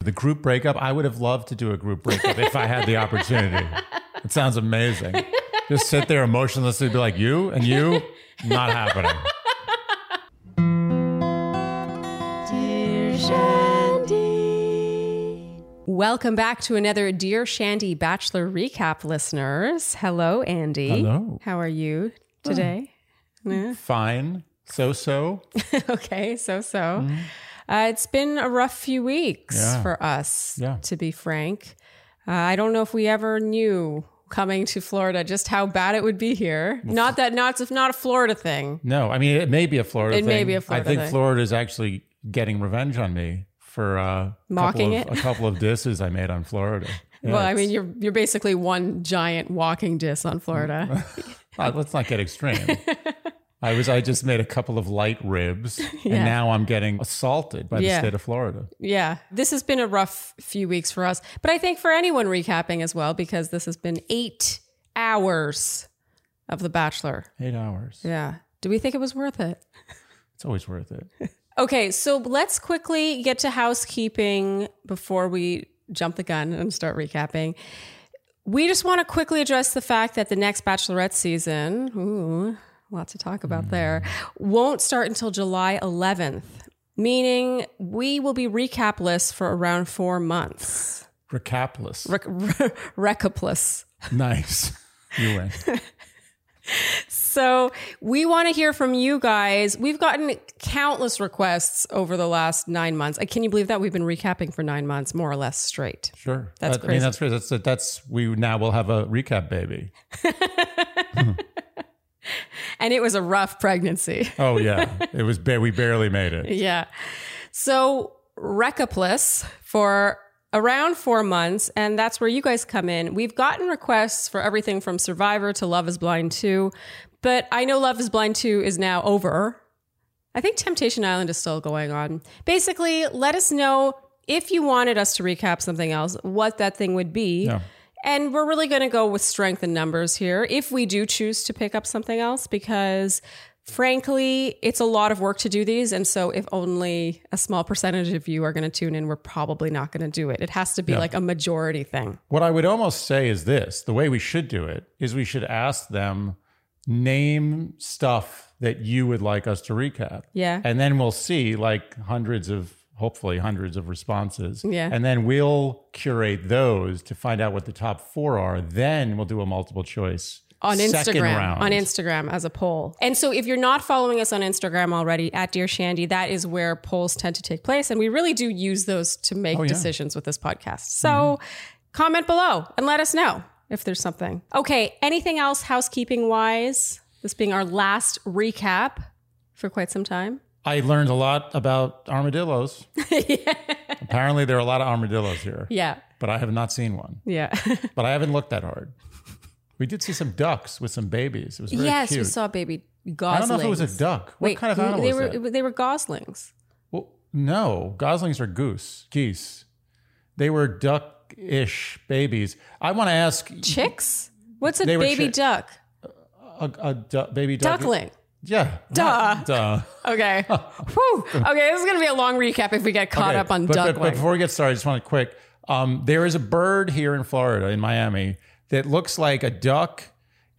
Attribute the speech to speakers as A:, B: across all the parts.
A: The group breakup. I would have loved to do a group breakup if I had the opportunity. It sounds amazing. Just sit there emotionlessly, be like, you and you, not happening.
B: Dear Shandy.
C: Welcome back to another Dear Shandy Bachelor Recap, listeners. Hello, Andy.
A: Hello.
C: How are you today?
A: Fine. So so.
C: okay, so so. Uh, it's been a rough few weeks
A: Mm-hmm. Yeah.
C: for us,
A: Yeah.
C: to be frank. Uh, I don't know if we ever knew coming to Florida just how bad it would be here. Not that not it's not a Florida thing.
A: No, I mean it may be a Florida
C: It
A: thing.
C: may be a Florida
A: I think
C: thing.
A: Florida is actually getting revenge on me for uh,
C: Mocking
A: couple of,
C: it?
A: a couple of disses I made on Florida. Yeah,
C: well, I
A: it's-
C: mean, you're you're basically one giant walking diss on Florida.
A: Uh, let's not get extreme. I was I just made a couple of light ribs,
C: Yeah.
A: and now I'm getting assaulted by
C: Yeah.
A: the state of Florida.
C: Yeah, this has been a rough few weeks for us, but I think for anyone recapping as well, because this has been eight hours of The Bachelor.
A: Eight hours.
C: Yeah. Do we think it was worth it?
A: It's always worth it.
C: Okay, so let's quickly get to housekeeping before we jump the gun and start recapping. We just want to quickly address the fact that the next Bachelorette season, ooh, lots to talk about there, won't start until July 11th, meaning we will be recapless for around four months.
A: Recapless.
C: Rec- re- recapless.
A: nice. You win.
C: So we want to hear from you guys. We've gotten countless requests over the last nine months. Uh, Can you believe that we've been recapping for nine months, more or less straight?
A: Sure.
C: That's
A: That- I mean, that's crazy. That's that's we now will have a recap baby.
C: And it was a rough pregnancy.
A: Oh yeah, it was ba- we barely made it.
C: yeah. So recapless for around four months, and that's where you guys come in. We've gotten requests for everything from Survivor to Love Is Blind 2, but I know Love Is Blind 2 is now over. I think Temptation Island is still going on. Basically, let us know if you wanted us to recap something else, what that thing would be.
A: Yeah.
C: And we're really going to go with strength in numbers here if we do choose to pick up something else, because frankly, it's a lot of work to do these. And so, if only a small percentage of you are going to tune in, we're probably not going to do it. It has to be like a majority thing.
A: What I would almost say is this the way we should do it is we should ask them, name stuff that you would like us to recap.
C: Yeah.
A: And then we'll see like hundreds of, hopefully, hundreds of responses.
C: Yeah.
A: And then we'll curate those to find out what the top four are. Then we'll do a multiple choice
C: on
A: second
C: Instagram
A: round.
C: on Instagram as a poll. And so if you're not following us on Instagram already at Dear Shandy, that is where polls tend to take place and we really do use those to
A: Oh,
C: make decisions with this podcast. So comment below and let us know if there's something. Okay, anything else housekeeping wise? This being our last recap for quite some time.
A: I learned a lot about armadillos. Apparently, there are a lot of armadillos here,
C: Yeah.
A: but I have not seen one.
C: Yeah.
A: But I haven't looked that hard. We did see some ducks with some babies. It was very
C: yes,
A: cute.
C: we saw baby
A: I
C: goslings.
A: don't know if it was a duck. What kind of animal
C: they
A: is
C: were
A: that?
C: they were goslings.
A: Well, no, goslings are goose, geese. They were duck-ish babies. I want to ask
C: Chicks? What's a
A: They were
C: baby
A: chick-
C: duck?
A: a, a du- baby duck.
C: Duckling.
A: Yeah.
C: Duh.
A: Duh.
C: Okay. Whew. Okay, this is gonna be a long recap if we get caught
A: Okay,
C: up on
A: but, but-
C: duckling.
A: But before we get started, I just want to quick. Um, there is a bird here in Florida, in Miami, that looks like a duck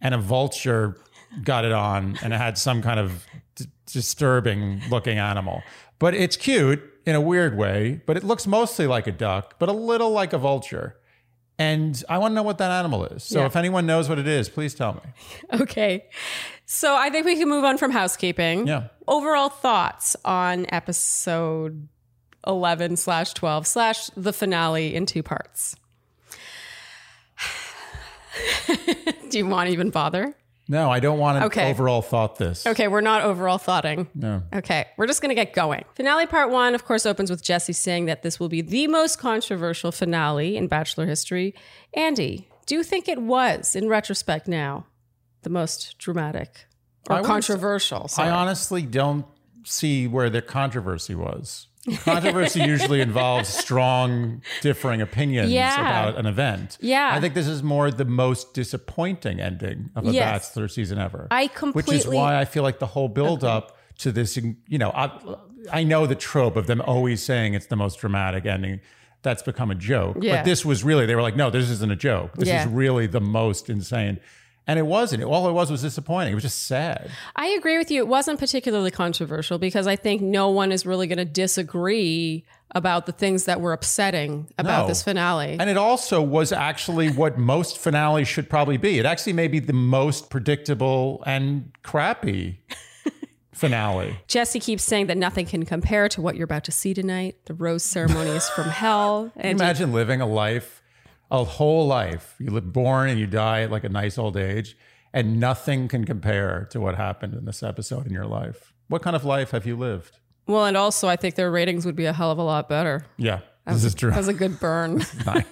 A: and a vulture got it on, and it had some kind of d- disturbing looking animal. But it's cute in a weird way. But it looks mostly like a duck, but a little like a vulture. And I want to know what that animal is. So
C: Yeah.
A: if anyone knows what it is, please tell me.
C: okay. So I think we can move on from housekeeping.
A: Yeah.
C: Overall thoughts on episode eleven slash twelve slash the finale in two parts. Do you want to even bother?
A: No, I don't want to
C: Okay.
A: overall thought this.
C: Okay, we're not overall thoughting.
A: No.
C: Okay, we're just going to get going. Finale part one, of course, opens with Jesse saying that this will be the most controversial finale in Bachelor history. Andy, do you think it was, in retrospect now, the most dramatic
A: I
C: or
A: wouldn't-
C: controversial? sorry.
A: I honestly don't see where the controversy was. Controversy usually involves strong, differing opinions
C: Yeah.
A: about an event.
C: Yeah.
A: I think this is more the most disappointing ending of a
C: Yes.
A: Bachelor season ever.
C: I
A: Which is
C: completely-
A: why I feel like the whole buildup to this, you know, I, I know the trope of them always saying it's the most dramatic ending. that's become a joke.
C: Yeah.
A: But this was really, they were like, no, this isn't a joke. This
C: Yeah.
A: is really the most insane. And it wasn't. All it was was disappointing. It was just sad.
C: I agree with you. It wasn't particularly controversial because I think no one is really going to disagree about the things that were upsetting about
A: No.
C: this finale.
A: And it also was actually what most finales should probably be. It actually may be the most predictable and crappy finale.
C: Jesse keeps saying that nothing can compare to what you're about to see tonight. The rose ceremony is from hell.
A: Can you
C: And
A: imagine living a life, a whole life. You live born and you die at like a nice old age, and nothing can compare to what happened in this episode in your life. What kind of life have you lived?
C: well, and also I think their ratings would be a hell of a lot better.
A: Yeah, this is true.
C: That was a good burn.
A: Nice.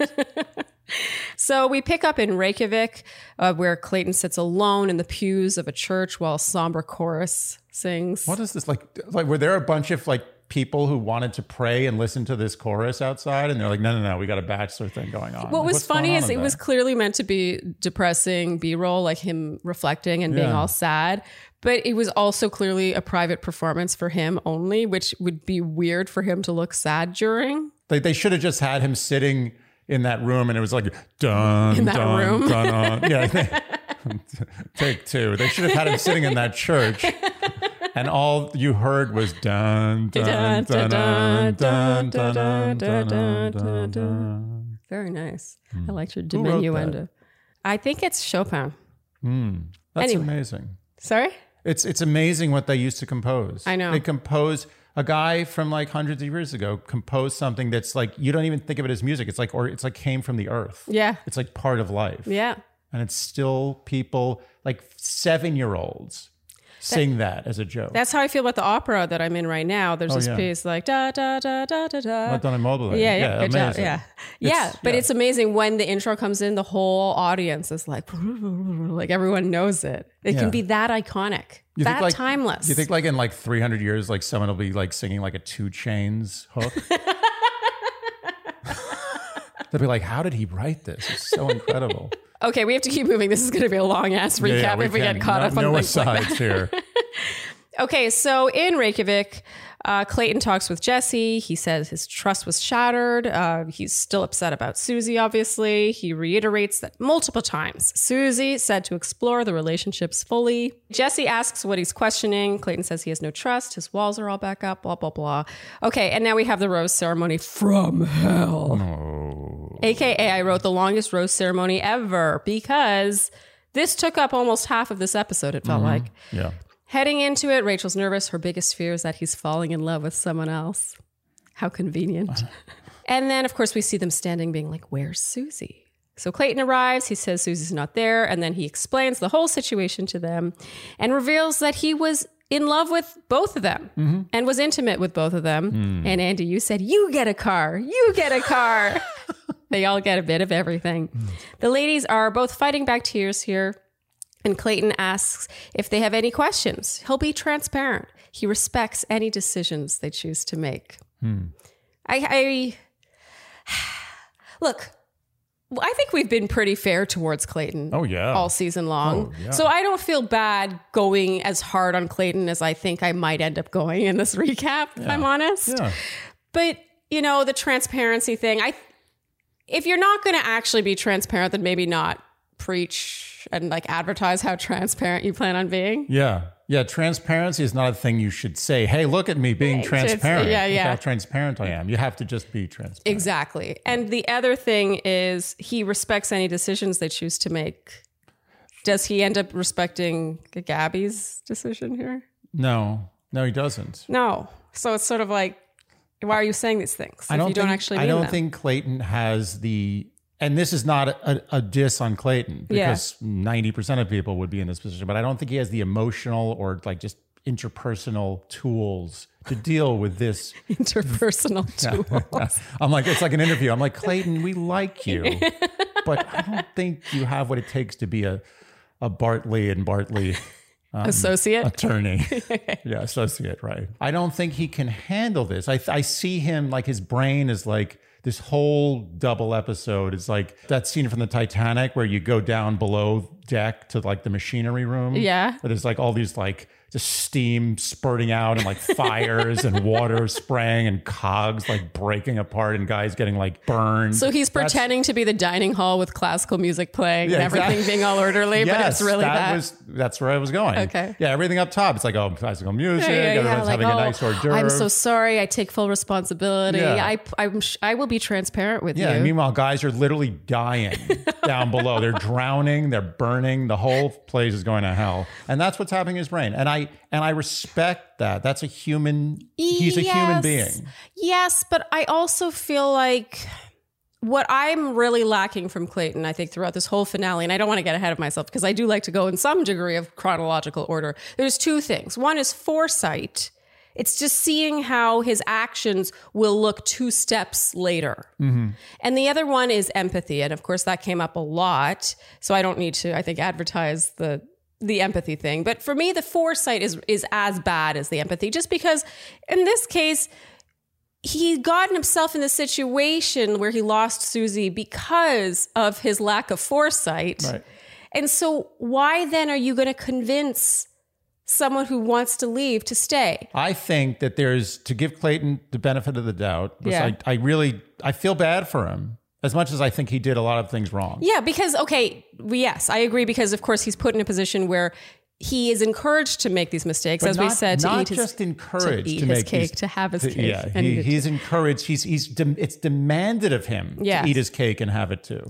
C: So we pick up in Reykjavik, uh, where Clayton sits alone in the pews of a church while a somber chorus sings.
A: What is this like? Like, were there a bunch of like people who wanted to pray and listen to this chorus outside, and they're like, "No, no, no, we got a bachelor thing going on."
C: What
A: Like,
C: was
A: what's going
C: funny
A: on
C: is
A: in
C: it
A: there?
C: was clearly meant to be depressing B roll, like him reflecting and being
A: Yeah.
C: all sad. But it was also clearly a private performance for him only, which would be weird for him to look sad during.
A: They, they should have just had him sitting in that room, and it was like dun
C: In that
A: dun
C: room?
A: dun. dun. Yeah, they- take two. They should have had him sitting in that church, and all you heard was dun dun dun dun dun dun dun dun dun. dun.
C: Very nice. I liked your
A: Hmm. wrote that?
C: diminuendo. I think it's Chopin.
A: That's
C: Anyway.
A: amazing.
C: Sorry?
A: It's it's amazing what they used to compose.
C: I know.
A: They compose a guy from like hundreds of years ago composed something that's like you don't even think of it as music. It's like or it's like came from the earth.
C: Yeah.
A: It's like part of life.
C: Yeah.
A: And it's still people like seven year olds sing that as a joke.
C: That's how I feel about the opera that I'm in right now. There's this
A: Oh, yeah.
C: piece like da da da da da da.
A: Madonna Mobile.
C: yeah, yeah, good job.
A: amazing.
C: Yeah. Yeah, but
A: yeah.
C: it's amazing when the intro comes in, the whole audience is like, like everyone knows it. It
A: Yeah.
C: can be that iconic,
A: You think,
C: that
A: like-
C: timeless.
A: You think like in like 300 years, like someone will be like singing like a two chains hook? They'll be like, how did he write this? It's so incredible.
C: okay, we have to keep moving. This is going to be a long ass recap
A: Yeah,
C: if we
A: can.
C: get caught
A: no,
C: up on
A: no
C: things like that.
A: asides here.
C: Okay, so in Reykjavik, uh, Clayton talks with Jesse. He says his trust was shattered. Uh, he's still upset about Susie, obviously. He reiterates that multiple times. Susie said to explore the relationships fully. Jesse asks what he's questioning. Clayton says he has no trust. His walls are all back up, blah, blah, blah. Okay, and now we have the rose ceremony from
A: Oh,
C: hell. AKA, I wrote the longest rose ceremony ever because this took up almost half of this episode, it felt like.
A: Yeah.
C: Heading into it, Rachel's nervous. Her biggest fear is that he's falling in love with someone else. How convenient. and then, of course, we see them standing, being like, Where's Susie? So Clayton arrives. He says Susie's not there. And then he explains the whole situation to them and reveals that he was in love with both of them and was intimate with both of them. And Andy, you said, You get a car. You get a car. they all get a bit of everything. The ladies are both fighting back tears here. And Clayton asks if they have any questions. He'll be transparent. He respects any decisions they choose to make.
A: Hmm.
C: I, I look. I think we've been pretty fair towards Clayton
A: Oh, yeah.
C: all season long.
A: Oh, yeah.
C: So I don't feel bad going as hard on Clayton as I think I might end up going in this recap, if I'm honest.
A: Yeah.
C: But you know, the transparency thing, I if you're not going to actually be transparent, then maybe not preach and like advertise how transparent you plan on being.
A: Yeah. Yeah. Transparency is not a thing you should say. Hey, look at me being transparent.
C: yeah,
A: Look
C: yeah.
A: how transparent I am. You have to just be transparent.
C: Exactly. And the other thing is he respects any decisions they choose to make. Does he end up respecting Gabby's decision here?
A: No. No, he doesn't.
C: No. So it's sort of like why are you saying these things if you don't
A: think,
C: actually
A: I
C: mean
A: don't
C: them?
A: think Clayton has the and this is not a, a, a diss on Clayton
C: Yeah.
A: because ninety percent of people would be in this position, but I don't think he has the emotional or like just interpersonal tools to deal with this.
C: interpersonal tool.
A: I'm like, it's like an interview. I'm like, Clayton, we like you, but I don't think you have what it takes to be a a Bartley and Bartley
C: Associate.
A: attorney. yeah, associate, right. I don't think he can handle this. I, I see him like his brain is like this whole double episode is like that scene from the Titanic where you go down below deck to like the machinery room.
C: Yeah.
A: But there's like all these like just steam spurting out and like fires and water spraying and cogs like breaking apart and guys getting like burned.
C: So he's
A: That's-
C: pretending to be the dining hall with classical music playing
A: Yeah,
C: and everything
A: exactly.
C: being all orderly, but it's really
A: that,
C: that.
A: was that's where I was going.
C: Okay.
A: Yeah, everything up top. It's like oh, classical music.
C: Yeah, yeah, yeah,
A: everyone's
C: like,
A: having a
C: oh,
A: nice hors d'oeuvre.
C: I'm so sorry. I take full responsibility.
A: Yeah.
C: I I'm sh- I will be transparent with
A: Yeah.
C: you.
A: Meanwhile, guys are literally dying down below. They're drowning. They're burning. The whole place is going to hell, and that's what's happening in his brain. And I and I respect that. That's a human. He's a human
C: Yes.
A: being.
C: Yes, but I also feel like what I'm really lacking from Clayton, I think, throughout this whole finale, and I don't want to get ahead of myself because I do like to go in some degree of chronological order. There's two things. One is foresight. It's just seeing how his actions will look two steps later. And the other one is empathy. And of course, that came up a lot. So I don't need to, I think, advertise the the empathy thing. But for me, the foresight is is as bad as the empathy, just because in this case, he gotten himself in the situation where he lost Susie because of his lack of foresight.
A: Right.
C: And so why then are you going to convince someone who wants to leave to stay?
A: I think that there's to give Clayton the benefit of the doubt. Which
C: Yeah.
A: I, I really I feel bad for him as much as I think he did a lot of things wrong.
C: Yeah, because okay, we- yes, I agree because of course he's put in a position where he is encouraged to make these mistakes
A: But
C: as we
A: not-
C: said to
A: not
C: eat his
A: just encouraged
C: to eat
A: to
C: his
A: make
C: cake,
A: these-
C: to have his
A: to-
C: cake.
A: Yeah,
C: and
A: he, he's encouraged. He's he's dem it's demanded of him
C: Yes.
A: to eat his cake and have it too.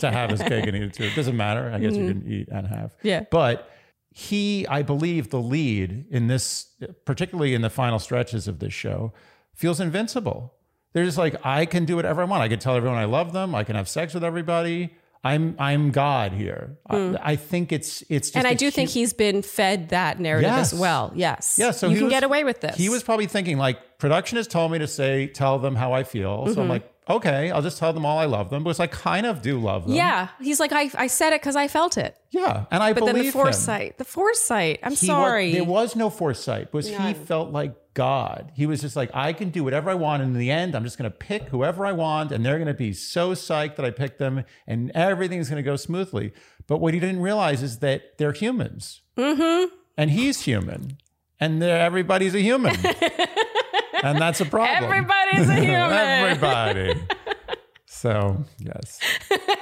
A: To have his cake and eat it too. It doesn't matter. I guess you can eat and have.
C: Mm-hmm. Yeah.
A: But he, I believe, the lead in this, particularly in the final stretches of this show, feels invincible. They're just like, I can do whatever I want. I can tell everyone I love them. I can have sex with everybody. I'm I'm God here. I, I think it's it's just
C: Mm. and I
A: a
C: do think
A: hu-
C: he's been fed that narrative
A: Yes.
C: as well. Yes.
A: yeah, so
C: you
A: he
C: can
A: was-
C: get away with this.
A: He was probably thinking like, production has told me to say, tell them how I feel. So
C: Mm-hmm.
A: I'm like, okay, I'll just tell them all I love them because I kind of do love them.
C: Yeah. He's like, I, I said it because I felt it.
A: yeah, and I
C: But
A: believe
C: then the
A: him.
C: foresight. The foresight. I'm
A: He wa-
C: sorry.
A: there was no foresight. Was he
C: None.
A: felt like God? He was just like, I can do whatever I want. And in the end, I'm just going to pick whoever I want, and they're going to be so psyched that I picked them, and everything's going to go smoothly. But what he didn't realize is that they're humans,
C: Mm-hmm.
A: and he's human, and they're- everybody's a human. And that's a problem.
C: Everybody's a human.
A: Everybody. So yes,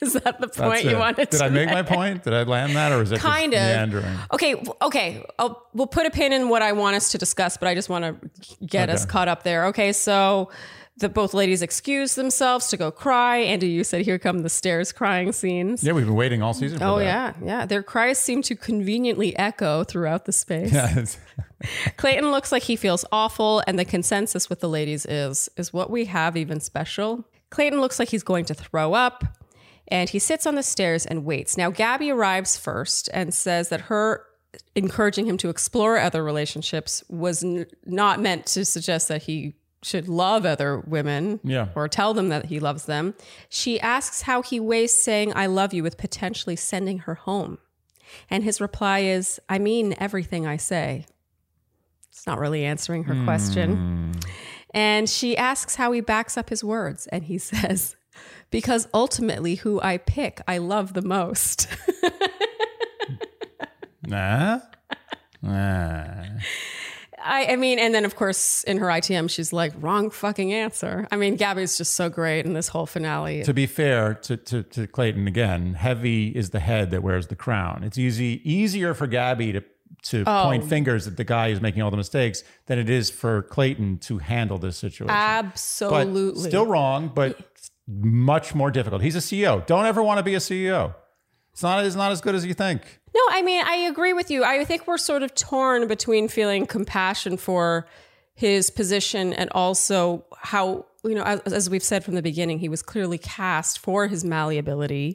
C: Is that the
A: that's
C: point you
A: it.
C: wanted
A: Did
C: to
A: I make my point? Did I land that, or is it just
C: Kind of.
A: meandering?
C: Okay, w- okay. I'll, we'll put a pin in what I want us to discuss, but I just want to get us
A: Okay.
C: caught up there. Okay, so the both ladies excuse themselves to go cry. Andy, you said, "Here come the stairs crying scenes."
A: Yeah, we've been waiting all season. For
C: Oh
A: that.
C: yeah, yeah. Their cries seem to conveniently echo throughout the space.
A: Yes.
C: Clayton looks like he feels awful, and the consensus with the ladies is is what we have even special? Clayton looks like he's going to throw up, and he sits on the stairs and waits. Now Gabby arrives first and says that her encouraging him to explore other relationships was n- not meant to suggest that he should love other women
A: Yeah.
C: or tell them that he loves them. She asks how he weighs saying I love you with potentially sending her home. And his reply is, I mean everything I say. It's not really answering her question.
A: Hmm.
C: And she asks how he backs up his words. And he says, Because ultimately, who I pick, I love the most.
A: Nah. Nah.
C: I, I mean, and then of course, in her ITM, she's like, Wrong fucking answer. I mean, Gabby's just so great in this whole finale.
A: To be fair to, to, to Clayton again, heavy is the head that wears the crown. It's easy easier for Gabby to to point fingers at the guy who's making all the mistakes than it is for Clayton to handle this situation. But
C: Absolutely.
A: still wrong, but much more difficult. He's a CEO. Don't ever want to be a CEO. It's not it's not as good as you think.
C: No, I mean, I agree with you. I think we're sort of torn between feeling compassion for his position and also how, you know, as, as we've said from the beginning, he was clearly cast for his malleability,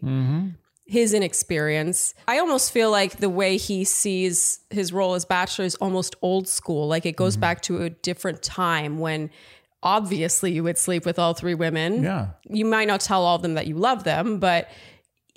C: his inexperience. I almost feel like the way he sees his role as bachelor is almost old school. Like it goes back to a different time when obviously you would sleep with all three women
A: Yeah.
C: you might not tell all of them that you love them, but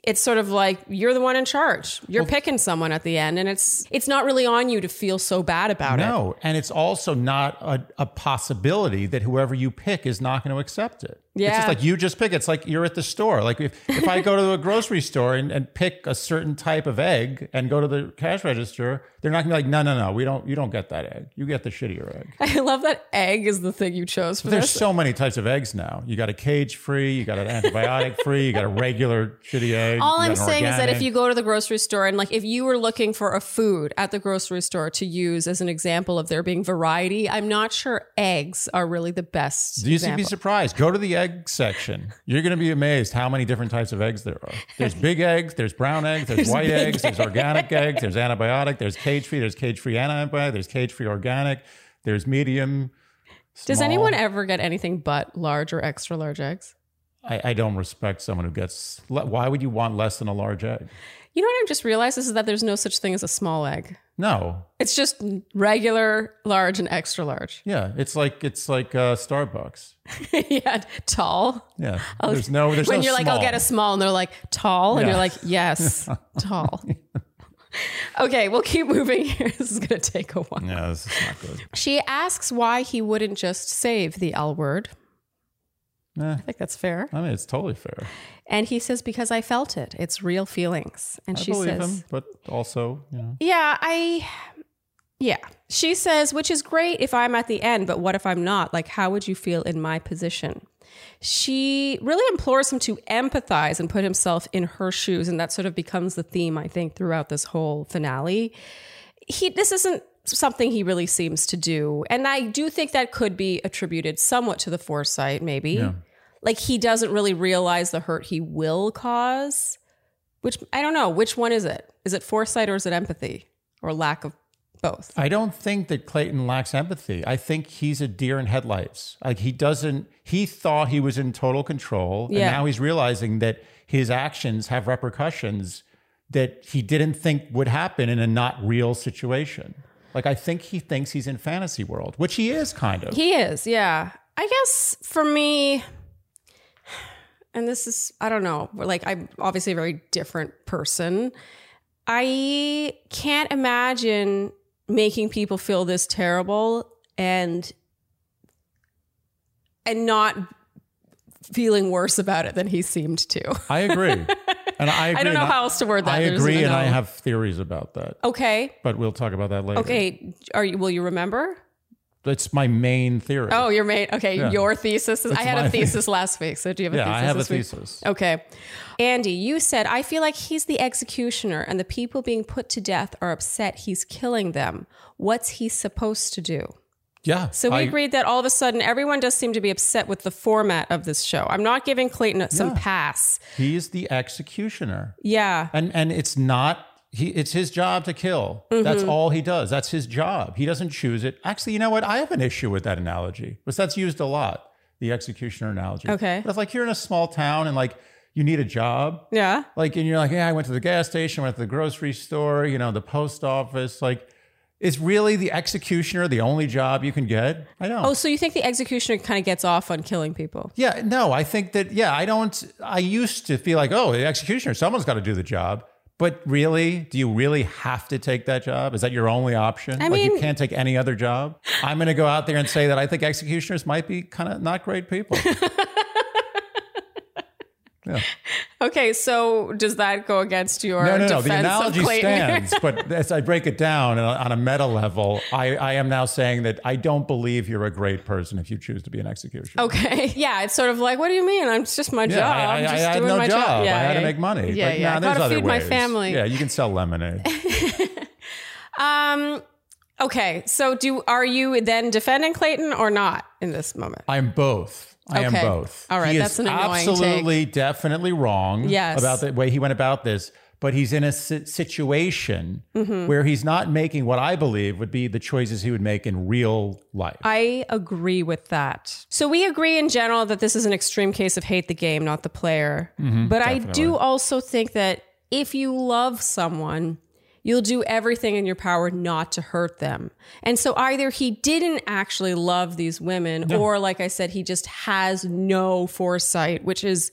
C: it's sort of like you're the one in charge. You're picking someone at the end, and it's it's not really on you to feel so bad about it.
A: No, and it's also not a, a possibility that whoever you pick is not going to accept it. It's
C: Yeah.
A: just like you just pick. It's like you're at the store. Like if, if I go to a grocery store and, and pick a certain type of egg and go to the cash register, They're not gonna be like, no, no, no, we don't. You don't get that egg. You get the shittier egg.
C: I love that egg is the thing you chose for
A: There's
C: this.
A: so many types of eggs now. You got a cage free, you got an antibiotic free, you got a regular shitty egg. you
C: All
A: got
C: I'm
A: an
C: saying is that if
A: organic.
C: you go to the grocery store and like if you were looking for a food at the grocery store to use as an example of there being variety, I'm not sure eggs are really the best.
A: You'd
C: example.
A: be surprised. Go to the egg section. You're going to be amazed how many different types of eggs there are. There's big eggs, there's brown eggs, there's, white
C: big
A: eggs, there's organic eggs, there's antibiotic, there's cage free, there's cage free antibiotic, there's cage free organic, there's medium.
C: Does
A: small.
C: anyone e- ever get anything but large or extra large eggs?
A: I, I don't respect someone who gets. le- Why would you want less than a large egg?
C: You know what I've just realized is that there's no such thing as a small egg.
A: No.
C: It's just regular, large, and extra large.
A: Yeah, it's like it's like uh, Starbucks.
C: yeah, tall.
A: Yeah, there's no there's
C: Oh, when
A: no
C: you're like, I'll
A: small.
C: get a small, and they're like, tall, and
A: Yeah.
C: you're like, yes, tall. okay, we'll keep moving here. This is gonna take a while.
A: Yeah, this is not good.
C: She asks why he wouldn't just save the L word.
A: Eh.
C: I think that's fair.
A: I mean, it's totally fair.
C: And he says, because I felt it. It's real feelings. And
A: I
C: she
A: believe
C: says,
A: him, but also, you know,
C: Yeah, I. Yeah. She says, which is great if I'm at the end, but what if I'm not? Like, how would you feel in my position? She really implores him to empathize and put himself in her shoes. And that sort of becomes the theme, I think, throughout this whole finale. He, this isn't something he really seems to do. And I do think that could be attributed somewhat to the foresight, maybe.
A: Yeah.
C: Like, he doesn't really realize the hurt he will cause. Which I don't know. Which one is it? Is it foresight or is it empathy or lack of both?
A: I don't think that Clayton lacks empathy. I think he's a deer in headlights. Like he doesn't. He thought he was in total control,
C: Yeah.
A: and now he's realizing that his actions have repercussions that he didn't think would happen in a not real situation. Like I think he thinks he's in fantasy world, which he is kind of.
C: He is, yeah. I guess for me, and this is, I don't know, like I'm obviously a very different person. I can't imagine making people feel this terrible and and not feeling worse about it than he seemed to.
A: I agree, and I agree.
C: I don't know
A: and
C: how else to word that.
A: I
C: There's
A: agree, and
C: no-
A: I have theories about that.
C: Okay.
A: But we'll talk about that later.
C: Okay, are you? Will you remember?
A: That's my main theory.
C: Oh, your mate. Okay,
A: Yeah.
C: your thesis. Is, I
A: That's
C: had a
A: my
C: thesis last week. So do you have a
A: yeah,
C: thesis?
A: I have a
C: this week?
A: thesis.
C: Okay, Andy, you said I feel like he's the executioner, and the people being put to death are upset he's killing them. What's he supposed to do?
A: Yeah.
C: So we
A: I-
C: agreed that all of a sudden everyone does seem to be upset with the format of this show. I'm not giving Clayton some
A: Yeah.
C: pass.
A: He is the executioner,
C: Yeah.
A: and and it's not he. It's his job to kill. That's all he does. That's his job. He doesn't choose it. Actually, you know what? I have an issue with that analogy, because that's used a lot. The executioner analogy.
C: Okay.
A: But if like you're in a small town and like you need a job,
C: Yeah.
A: like and you're like yeah i went to the gas station went to the grocery store you know the post office like is really the executioner the only job you can get i don't
C: Oh, so you think the executioner kind of gets off on killing people?
A: yeah no i think that yeah i don't i used to feel like oh the executioner someone's got to do the job but really do you really have to take that job is that your only option
C: I
A: like you
C: mean-
A: can't take any other job i'm going to go out there and say that i think executioners might be kind of not great people
C: Okay, so does that go against your
A: No, no, no.
C: defense
A: The analogy
C: of Clayton?
A: stands, but as I break it down on a- on a meta level, I, I am now saying that I don't believe you're a great person if you choose to be an executioner.
C: Okay. Yeah, it's sort of like, what do you mean? I'm it's just my
A: Yeah,
C: job.
A: I, I,
C: I'm just
A: I had
C: doing
A: no
C: my
A: job.
C: job.
A: I
C: Yeah,
A: had to
C: yeah.
A: make money.
C: Yeah,
A: but
C: yeah.
A: Nah,
C: I
A: there's
C: gotta
A: other
C: feed my
A: ways.
C: family.
A: Yeah, you can sell lemonade.
C: Um. Okay. So do are you then defending Clayton or not in this moment?
A: I'm both. I
C: Okay.
A: am both.
C: All right,
A: He is
C: that's an annoying
A: absolutely, definitely wrong
C: Yes.
A: about the way he went about this. But he's in a si- situation
C: Mm-hmm.
A: where he's not making what I believe would be the choices he would make in real life.
C: I agree with that. So we agree in general that this is an extreme case of hate the game, not the player. but I do also think that if you love someone, you'll do everything in your power not to hurt them. And so either he didn't actually love these women, or like I said, he just has no foresight, which is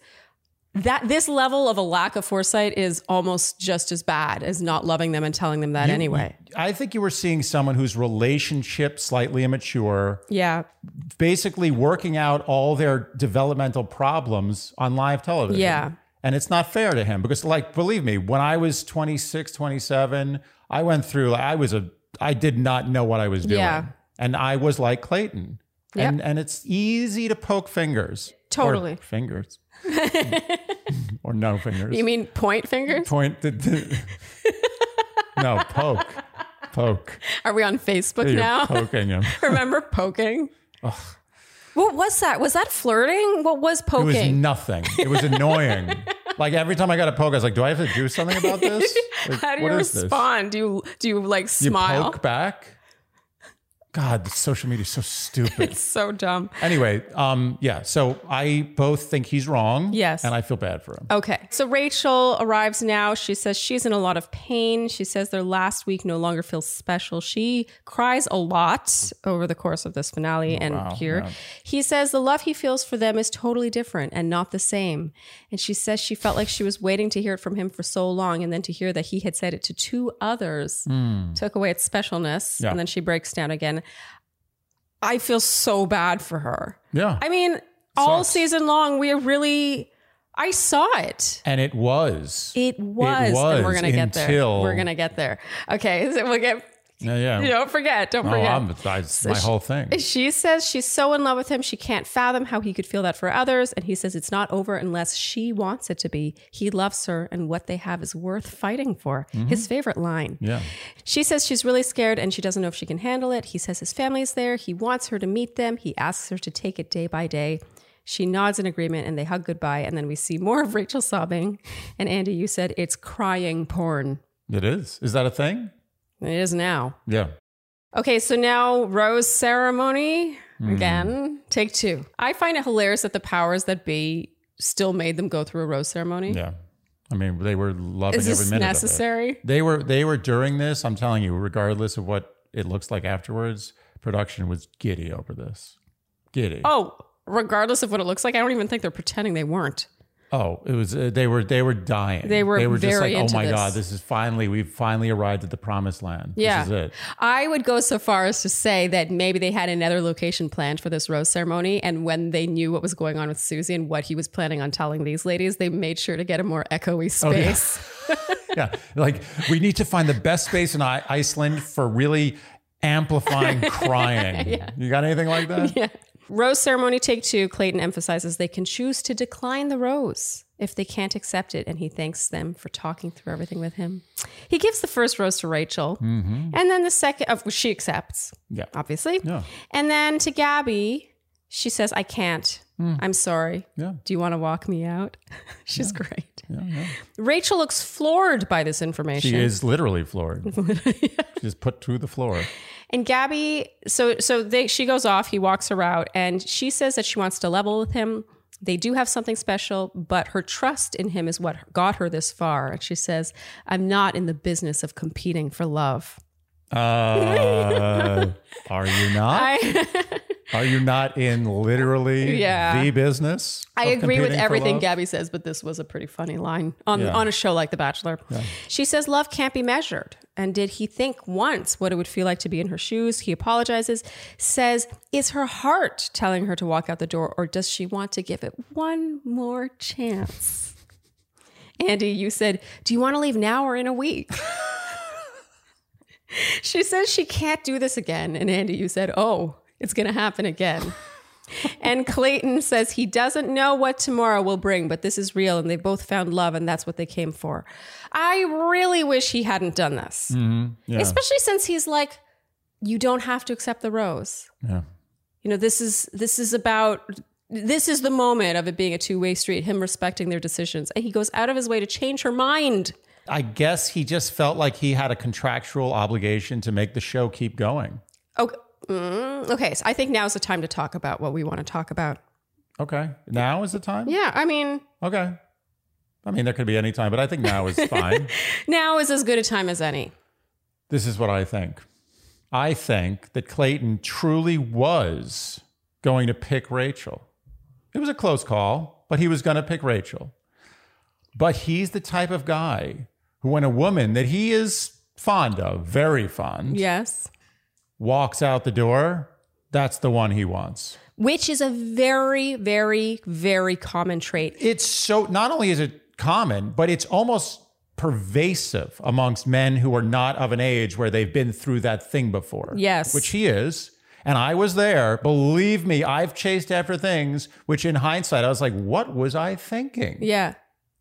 C: that this level of a lack of foresight is almost just as bad as not loving them and telling them that anyway.
A: I think you were seeing someone whose relationship slightly immature,
C: Yeah.
A: basically working out all their developmental problems on live television.
C: Yeah.
A: And it's not fair to him because, like, believe me, when I was 26, 27, I went through, like, I was a, I did not know what I was doing.
C: Yeah.
A: And I was like Clayton.
C: Yep.
A: And, and it's easy to poke fingers. Or
C: Totally.
A: fingers. or no fingers.
C: You mean point fingers?
A: Point the, the- no, poke. Poke.
C: Are we on Facebook
A: You're
C: now?
A: poking him.
C: Remember poking? What was that? Was that flirting? What was
A: It was
C: poking?
A: nothing. It was annoying. like every time I got a poke, I was like, do I have to do something about this? Like,
C: How do you
A: what is this?
C: respond? Do you do you like
A: You
C: smile?
A: poke back? God, the social media is so stupid.
C: It's so dumb.
A: anyway, um, yeah. So I both think he's wrong.
C: Yes.
A: And I feel bad for him.
C: Okay. So Rachel arrives now. She says she's in a lot of pain. She says their last week no longer feels special. She cries a lot over the course of this finale and
A: Oh, wow,
C: here.
A: yeah.
C: He says the love he feels for them is totally different and not the same. And she says she felt like she was waiting to hear it from him for so long. And then to hear that he had said it to two others took away its specialness.
A: Hmm. Yeah.
C: And then she breaks down again. I feel so bad for her.
A: Yeah.
C: I mean, all
A: Sucks.
C: season long, we really. I saw it.
A: and it was.
C: It was. and we're
A: was
C: gonna get there.
A: until-
C: We're gonna get there. Okay, so we'll get.
A: yeah. Yeah.
C: Don't forget. Don't
A: Oh,
C: forget.
A: I'm, that's my
C: she-
A: whole thing.
C: she says she's so in love with him, she can't fathom how he could feel that for others. And he says it's not over unless she wants it to be. He loves her, and what they have is worth fighting for.
A: Mm-hmm.
C: His favorite line.
A: yeah.
C: She says she's really scared and she doesn't know if she can handle it. He says his family's there. He wants her to meet them. He asks her to take it day by day. She nods in agreement and they hug goodbye. And then we see more of Rachel sobbing. And Andy, you said it's crying porn.
A: It is. Is that a thing?
C: It is now.
A: Yeah.
C: Okay, so now rose ceremony again. Take two. I find it hilarious that the powers that be still made them go through a rose ceremony.
A: Yeah. I mean, they were loving
C: Is
A: every
C: this
A: minute of it.
C: necessary?
A: They were they were during this. I'm telling you, regardless of what it looks like afterwards, production was giddy over this. Giddy.
C: Oh, regardless of what it looks like, I don't even think they're pretending they weren't.
A: Oh, it was uh, they were they were dying.
C: They were
A: they were just
C: very
A: like, oh
C: into
A: my
C: this.
A: god, this is finally we've finally arrived at the promised land.
C: Yeah.
A: this is it.
C: I would go so far as to say that maybe they had another location planned for this rose ceremony. And when they knew what was going on with Susie and what he was planning on telling these ladies, they made sure to get a more echoey
A: yeah.
C: space.
A: Yeah, like we need to find the best space in I- Iceland for really amplifying crying. You got anything like that?
C: yeah. Rose ceremony take two. Clayton emphasizes they can choose to decline the rose if they can't accept it. And he thanks them for talking through everything with him. He gives the first rose to Rachel. And then the second, of she accepts,
A: Mm-hmm. Yeah.
C: obviously.
A: Yeah.
C: And then to Gabby, she says, I can't. I'm sorry.
A: Hmm. Yeah.
C: Do you want to walk me out? She's great. Rachel looks floored by this information.
A: She is literally floored. She's put to the floor.
C: And Gabby, so so they she goes off, he walks her out, and she says that she wants to level with him. They do have something special, but her trust in him is what got her this far. And she says, I'm not in the business of competing for love.
A: Uh, are you not?
C: I
A: Are you not in literally
C: Yeah.
A: the business?
C: I
A: of
C: agree with
A: competing for
C: everything
A: love?
C: Gabby says, but this was a pretty funny line on
A: Yeah.
C: on a show like The Bachelor. She says love can't be measured. And did he think once what it would feel like to be in her shoes? He apologizes, says, Is her heart telling her to walk out the door, or does she want to give it one more chance? Andy, you said, Do you want to leave now or in a week? she says she can't do this again. And Andy, you said, Oh, it's going to happen again. And Clayton says he doesn't know what tomorrow will bring, but this is real and they both found love and that's what they came for. I really wish he hadn't done this,
A: Yeah.
C: especially since he's like, you don't have to accept the rose.
A: yeah.
C: You know, this is this is about this is the moment of it being a two-way street, him respecting their decisions. And he goes out of his way to change her mind.
A: I guess he just felt like he had a contractual obligation to make the show keep going.
C: Okay, mm, okay so I think now's the time to talk about what we want to talk about.
A: Okay. Now is the time?
C: Yeah, I mean,
A: Okay. I mean, there could be any time, but I think now is fine.
C: now is as good a time as any.
A: This is what I think. I think that Clayton truly was going to pick Rachel. It was a close call, but he was going to pick Rachel. But he's the type of guy who, when a woman that he is fond of, very fond,
C: Yes.
A: walks out the door, that's the one he wants.
C: which is a very, very, very common trait.
A: It's so, not only is it common, but it's almost pervasive amongst men who are not of an age where they've been through that thing before.
C: Yes.
A: Which he is. And I was there. Believe me, I've chased after things which in hindsight I was like, what was I thinking?
C: Yeah.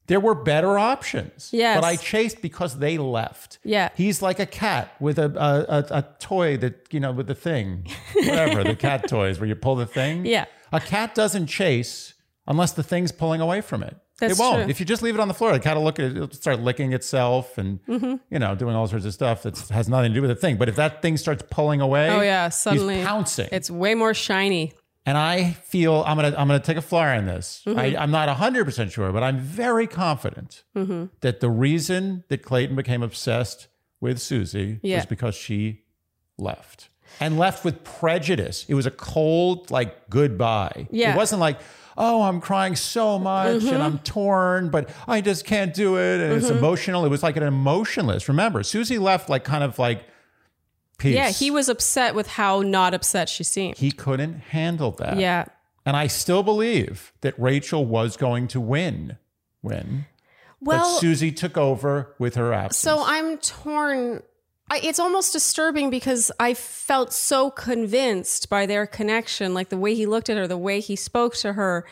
A: There were better options.
C: Yes.
A: But I chased because they left.
C: Yeah.
A: He's like a cat with a a, a, a toy that, you know, with the thing. Whatever, the cat toys where you pull the thing.
C: Yeah.
A: A cat doesn't chase unless the thing's pulling away from it.
C: That's
A: it won't.
C: true.
A: If you just leave it on the floor, the cat will look at it, it'll start licking itself and
C: Mm-hmm.
A: you know, doing all sorts of stuff that has nothing to do with the thing. But if that thing starts pulling away,
C: Oh, yeah, suddenly
A: he's pouncing.
C: It's way more shiny.
A: and I feel I'm gonna I'm gonna take a flyer on this.
C: Mm-hmm.
A: I, I'm not 100 percent sure, but I'm very confident
C: Mm-hmm.
A: that the reason that Clayton became obsessed with Susie
C: Yeah.
A: was because she left and left with prejudice. It was a cold like goodbye.
C: Yeah. Mm-hmm.
A: it wasn't like. Oh, I'm crying so much and I'm torn, but I just can't do it. And it's emotional. It was like an emotionless. Remember, Susie left like kind of like peace.
C: Yeah, he was upset with how not upset she seemed.
A: he couldn't handle that.
C: yeah.
A: And I still believe that Rachel was going to win. Win. but
C: Well,
A: Susie took over with her absence.
C: so I'm torn. I, it's almost disturbing because I felt so convinced by their connection, like the way he looked at her, the way he spoke to her.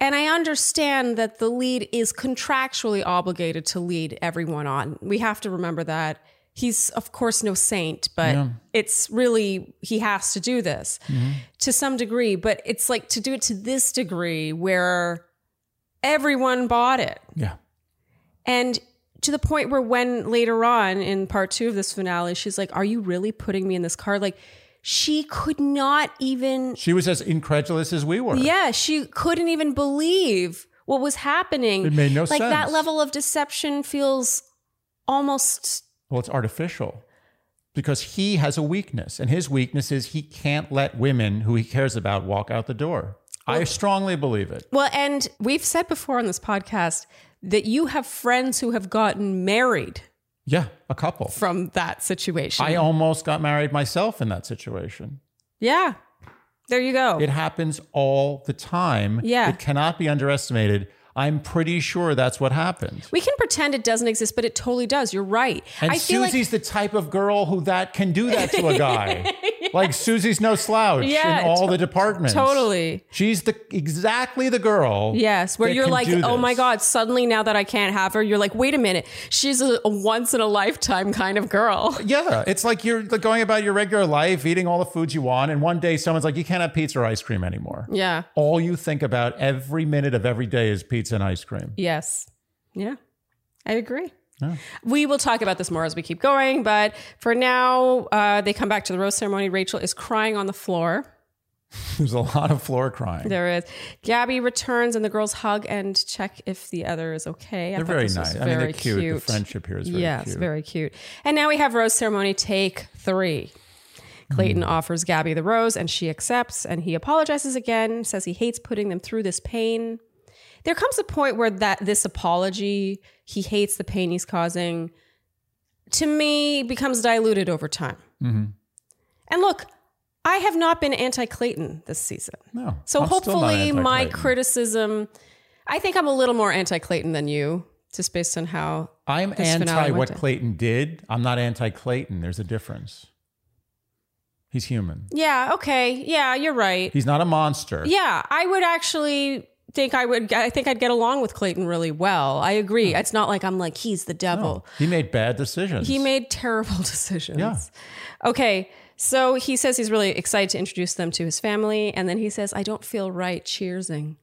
C: And I understand that the lead is contractually obligated to lead everyone on. We have to remember that. He's, of course, no saint, but it's really, he has to do this to some degree. But it's like to do it to this degree where everyone bought it.
A: yeah.
C: And to the point where when later on in part two of this finale, she's like, Are you really putting me in this car? Like, she could not even,
A: She was as incredulous as we were.
C: yeah, she couldn't even believe what was happening.
A: It made no
C: like, that
A: sense.
C: level of deception feels almost,
A: Well, it's artificial because he has a weakness, and his weakness is he can't let women who he cares about walk out the door. I strongly believe it.
C: well, and we've said before on this podcast that you have friends who have gotten married
A: Yeah, a couple.
C: from that situation.
A: I almost got married myself in that situation.
C: yeah. There you go.
A: It happens all the time.
C: Yeah.
A: It cannot be underestimated. I'm pretty sure that's what happened.
C: we can pretend it doesn't exist, but it totally does. You're right.
A: And
C: I feel like
A: Susie's the type of girl who that can do that to a guy. Like Susie's no slouch
C: Yeah,
A: in all
C: to-
A: the departments.
C: Totally.
A: She's the exactly the girl.
C: Yes, where
A: that
C: you're
A: can
C: like,
A: do
C: oh my
A: this."
C: God, suddenly now that I can't have her, you're like, wait a minute, she's a, a once in a lifetime kind of girl.
A: Yeah, it's like you're like, going about your regular life, eating all the foods you want, and one day someone's like, "You can't have pizza or ice cream anymore."
C: Yeah.
A: All you think about every minute of every day is pizza and ice cream.
C: Yes. Yeah. I agree. We will talk about this more as we keep going, but for now, uh, they come back to the rose ceremony. Rachel is crying on the floor.
A: There's a lot of floor crying.
C: There is. Gabby returns and the girls hug and check if the other is okay. I
A: They're
C: thought
A: very
C: this
A: nice.
C: was
A: I mean, they're
C: very
A: cute. The friendship here is very
C: yeah,
A: cute.
C: it's very cute. And now we have rose ceremony take three.
A: Hmm.
C: Clayton offers Gabby the rose and she accepts and he apologizes again, says he hates putting them through this pain. There comes a point where that this apology, he hates the pain he's causing, to me becomes diluted over time.
A: Mm-hmm.
C: And look, I have not been anti Clayton this season.
A: no,
C: So
A: I'm still not
C: hopefully my
A: anti-Clayton.
C: criticism I think I'm a little more anti Clayton than you, just based on how
A: I'm
C: this finale
A: anti
C: went
A: what
C: to-
A: Clayton did. I'm not anti Clayton. There's a difference. He's human.
C: Yeah, okay. Yeah, you're right.
A: He's not a monster.
C: Yeah, I would actually think I would I think I'd get along with Clayton really well. I agree. It's not like I'm like he's the devil.
A: He made bad decisions.
C: He made terrible decisions.
A: Yeah.
C: Okay. So he says he's really excited to introduce them to his family and then he says I don't feel right cheersing.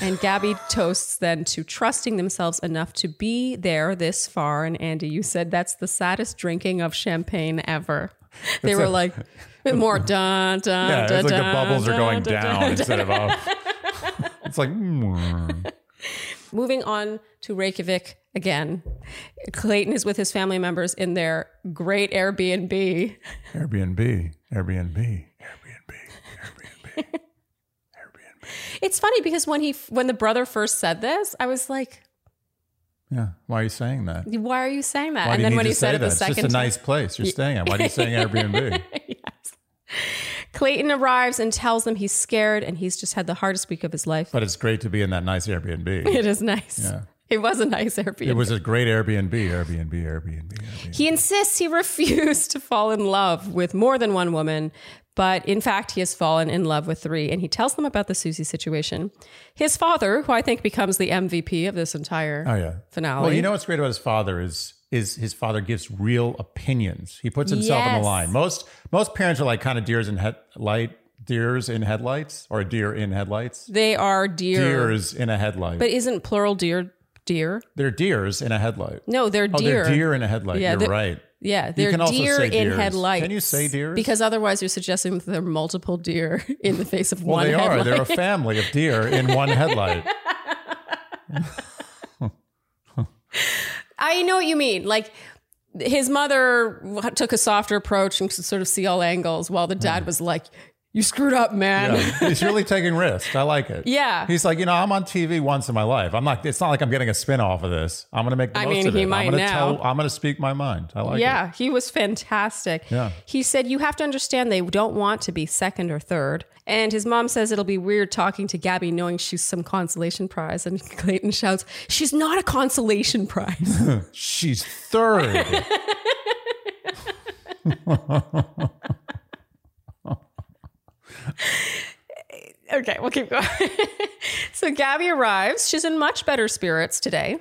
C: And Gabby toasts then to trusting themselves enough to be there this far. And Andy, you said that's the saddest drinking of champagne ever. They were
A: a-
C: like more dun dun.
A: Yeah, it's
C: dun,
A: like the
C: dun,
A: bubbles are
C: dun,
A: going
C: dun, dun,
A: down
C: dun.
A: instead of up. It's like, mm.
C: Moving on to Reykjavik again. Clayton is with his family members in their great Airbnb.
A: Airbnb, Airbnb, Airbnb, Airbnb, Airbnb.
C: It's funny because when he when the brother first said this, I was like,
A: Yeah. Why are you saying that? Why
C: "Why are you saying that?"
A: do
C: and
A: you
C: then
A: need
C: when
A: to
C: he
A: say
C: said it
A: that?
C: the
A: It's
C: second
A: just a nice place you're staying at. Why are you saying Airbnb?
C: time, yes. Clayton arrives and tells them he's scared and he's just had the hardest week of his life.
A: But it's great to be in that nice Airbnb.
C: it is nice.
A: Yeah.
C: It was a nice Airbnb.
A: It was a great Airbnb, Airbnb, Airbnb, Airbnb.
C: He insists he refused to fall in love with more than one woman, but in fact, he has fallen in love with three, and he tells them about the Susie situation. His father, who I think becomes the MVP of this entire
A: Oh yeah.
C: finale.
A: Well, you know what's great about his father is is his father gives real opinions. He puts himself on
C: Yes.
A: the line. Most most parents are like kind of deers in headlight deers in headlights or deer in headlights.
C: they are deer.
A: Deers in a headlight.
C: But isn't plural deer deer?
A: they're deers in a headlight.
C: No, they're
A: Oh,
C: deer.
A: they're deer in a headlight.
C: Yeah,
A: You're
C: they're-
A: right.
C: Yeah, they're
A: can also
C: deer
A: say
C: in
A: deers.
C: headlights.
A: Can you say deers?
C: Because otherwise, you're suggesting that there are multiple deer in the face of
A: Well,
C: one
A: they
C: headlight.
A: are. They're a family of deer in one headlight.
C: I know what you mean. Like his mother w- took a softer approach and could sort of see all angles, while the dad was like, "You screwed up, man."
A: Yeah. He's really taking risks. I like it.
C: Yeah.
A: He's like, you know, I'm on TV once in my life. I'm not. It's not like I'm getting a spin off of this. I'm going to make the
C: I
A: most
C: mean,
A: of
C: he
A: it.
C: might
A: I'm going to
C: now.
A: tell. I'm going to speak my mind. I like it.
C: Yeah, he was fantastic.
A: Yeah.
C: He said, You have to understand they don't want to be second or third. And his mom says it'll be weird talking to Gabby knowing she's some consolation prize. And Clayton shouts, She's not a consolation prize.
A: She's third.
C: okay, we'll keep going. so Gabby arrives. She's in much better spirits today.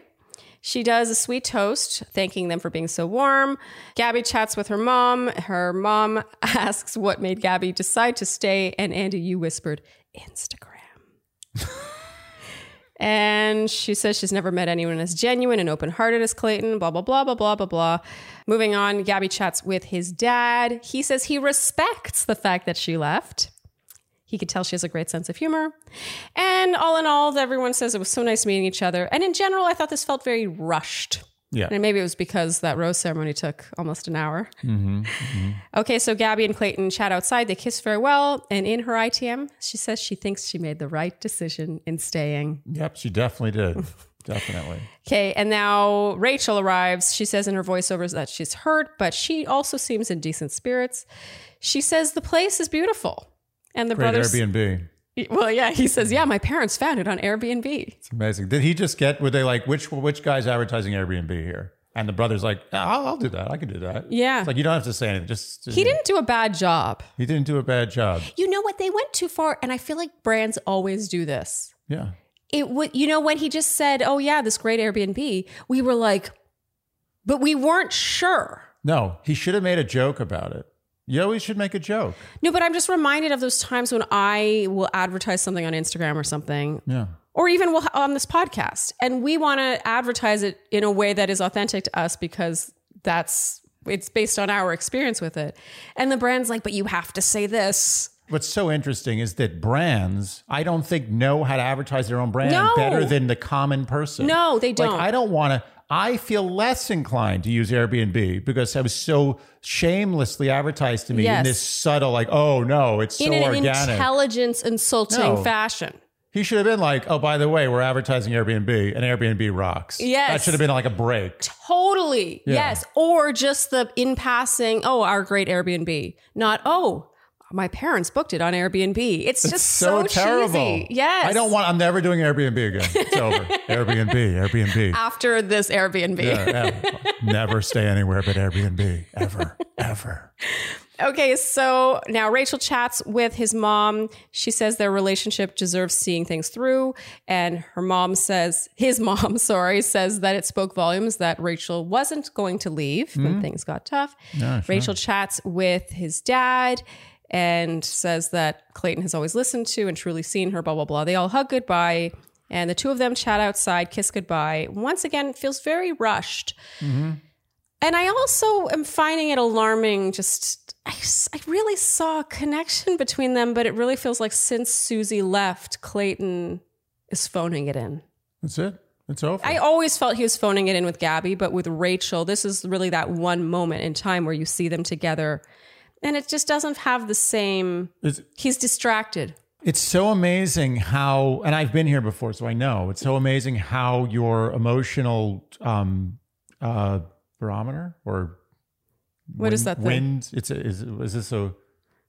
C: She does a sweet toast, thanking them for being so warm. Gabby chats with her mom. Her mom asks what made Gabby decide to stay. And Andy, you whispered, Instagram. and she says she's never met anyone as genuine and open hearted as Clayton, blah, blah, blah, blah, blah, blah, blah. Moving on, Gabby chats with his dad. He says he respects the fact that she left. He could tell she has a great sense of humor. And all in all, everyone says it was so nice meeting each other. And in general, I thought this felt very rushed.
A: yeah.
C: And maybe it was because that rose ceremony took almost an hour.
A: Mm-hmm,
C: Okay, so Gabby and Clayton chat outside. They kiss farewell. And in her ITM, she says she thinks she made the right decision in staying.
A: Yep. She definitely did. Definitely.
C: Okay, and now Rachel arrives. She says in her voiceovers that she's hurt, but she also seems in decent spirits. She says the place is beautiful. And the
A: Great
C: brothers.
A: Airbnb.
C: Well, yeah, he says, yeah, my parents found it on Airbnb.
A: It's amazing. Did he just get? Were they like, which which guy's advertising Airbnb here? And the brother's like, "Ah, I'll, I'll do that. I can do that.
C: Yeah.
A: It's like you don't have to say anything. Just
C: He didn't do a bad job.
A: He didn't do a bad job.
C: You know what? They went too far, and I feel like brands always do this.
A: Yeah.
C: It would, you know, when he just said, "Oh yeah, this great Airbnb," we were like, but we weren't sure.
A: No. He should have made a joke about it. You always should make a joke.
C: No, but I'm just reminded of those times when I will advertise something on Instagram or something,
A: Yeah.
C: or even we'll- on this podcast, and we want to advertise it in a way that is authentic to us because that's it's based on our experience with it. And the brand's like, "But you have to say this."
A: What's so interesting is that brands, I don't think, know how to advertise their own brand
C: No.
A: better than the common person.
C: No, they don't.
A: Like, I don't want to. I feel less inclined to use Airbnb because I was so shamelessly advertised to me
C: Yes.
A: in this subtle, like, oh no, it's so
C: in an
A: organic.
C: intelligence insulting
A: No.
C: fashion.
A: he should have been like, oh, by the way, we're advertising Airbnb and Airbnb rocks.
C: Yes.
A: That should have been like a break.
C: Totally. Yes. Or just the in passing, oh, our great Airbnb. Not, oh, my parents booked it on Airbnb. It's, just so,
A: terrible.
C: cheesy. Yes.
A: I don't want, I'm never doing Airbnb again. It's over. Airbnb, Airbnb.
C: after this Airbnb.
A: Yeah, yeah. Never stay anywhere but Airbnb ever, ever.
C: Okay, so now Rachel chats with his mom. She says their relationship deserves seeing things through. And her mom says, his mom, sorry, says that it spoke volumes that Rachel wasn't going to leave when things got tough. Rachel chats with his dad and says that Clayton has always listened to and truly seen her, blah, blah, blah. They all hug goodbye. And the two of them chat outside, kiss goodbye. Once again, it feels very rushed. And I also am finding it alarming. Just, I, s- I really saw a connection between them, but it really feels like since Susie left, Clayton is phoning it in.
A: That's it. It's over.
C: I always felt he was phoning it in with Gabby, but with Rachel, this is really that one moment in time where you see them together. And it just doesn't have the same.
A: it's,
C: He's distracted.
A: it's so amazing how, and I've been here before, so I know. It's so amazing how your emotional um, uh, barometer or
C: What is that thing?
A: Wind. It's a, is, is this a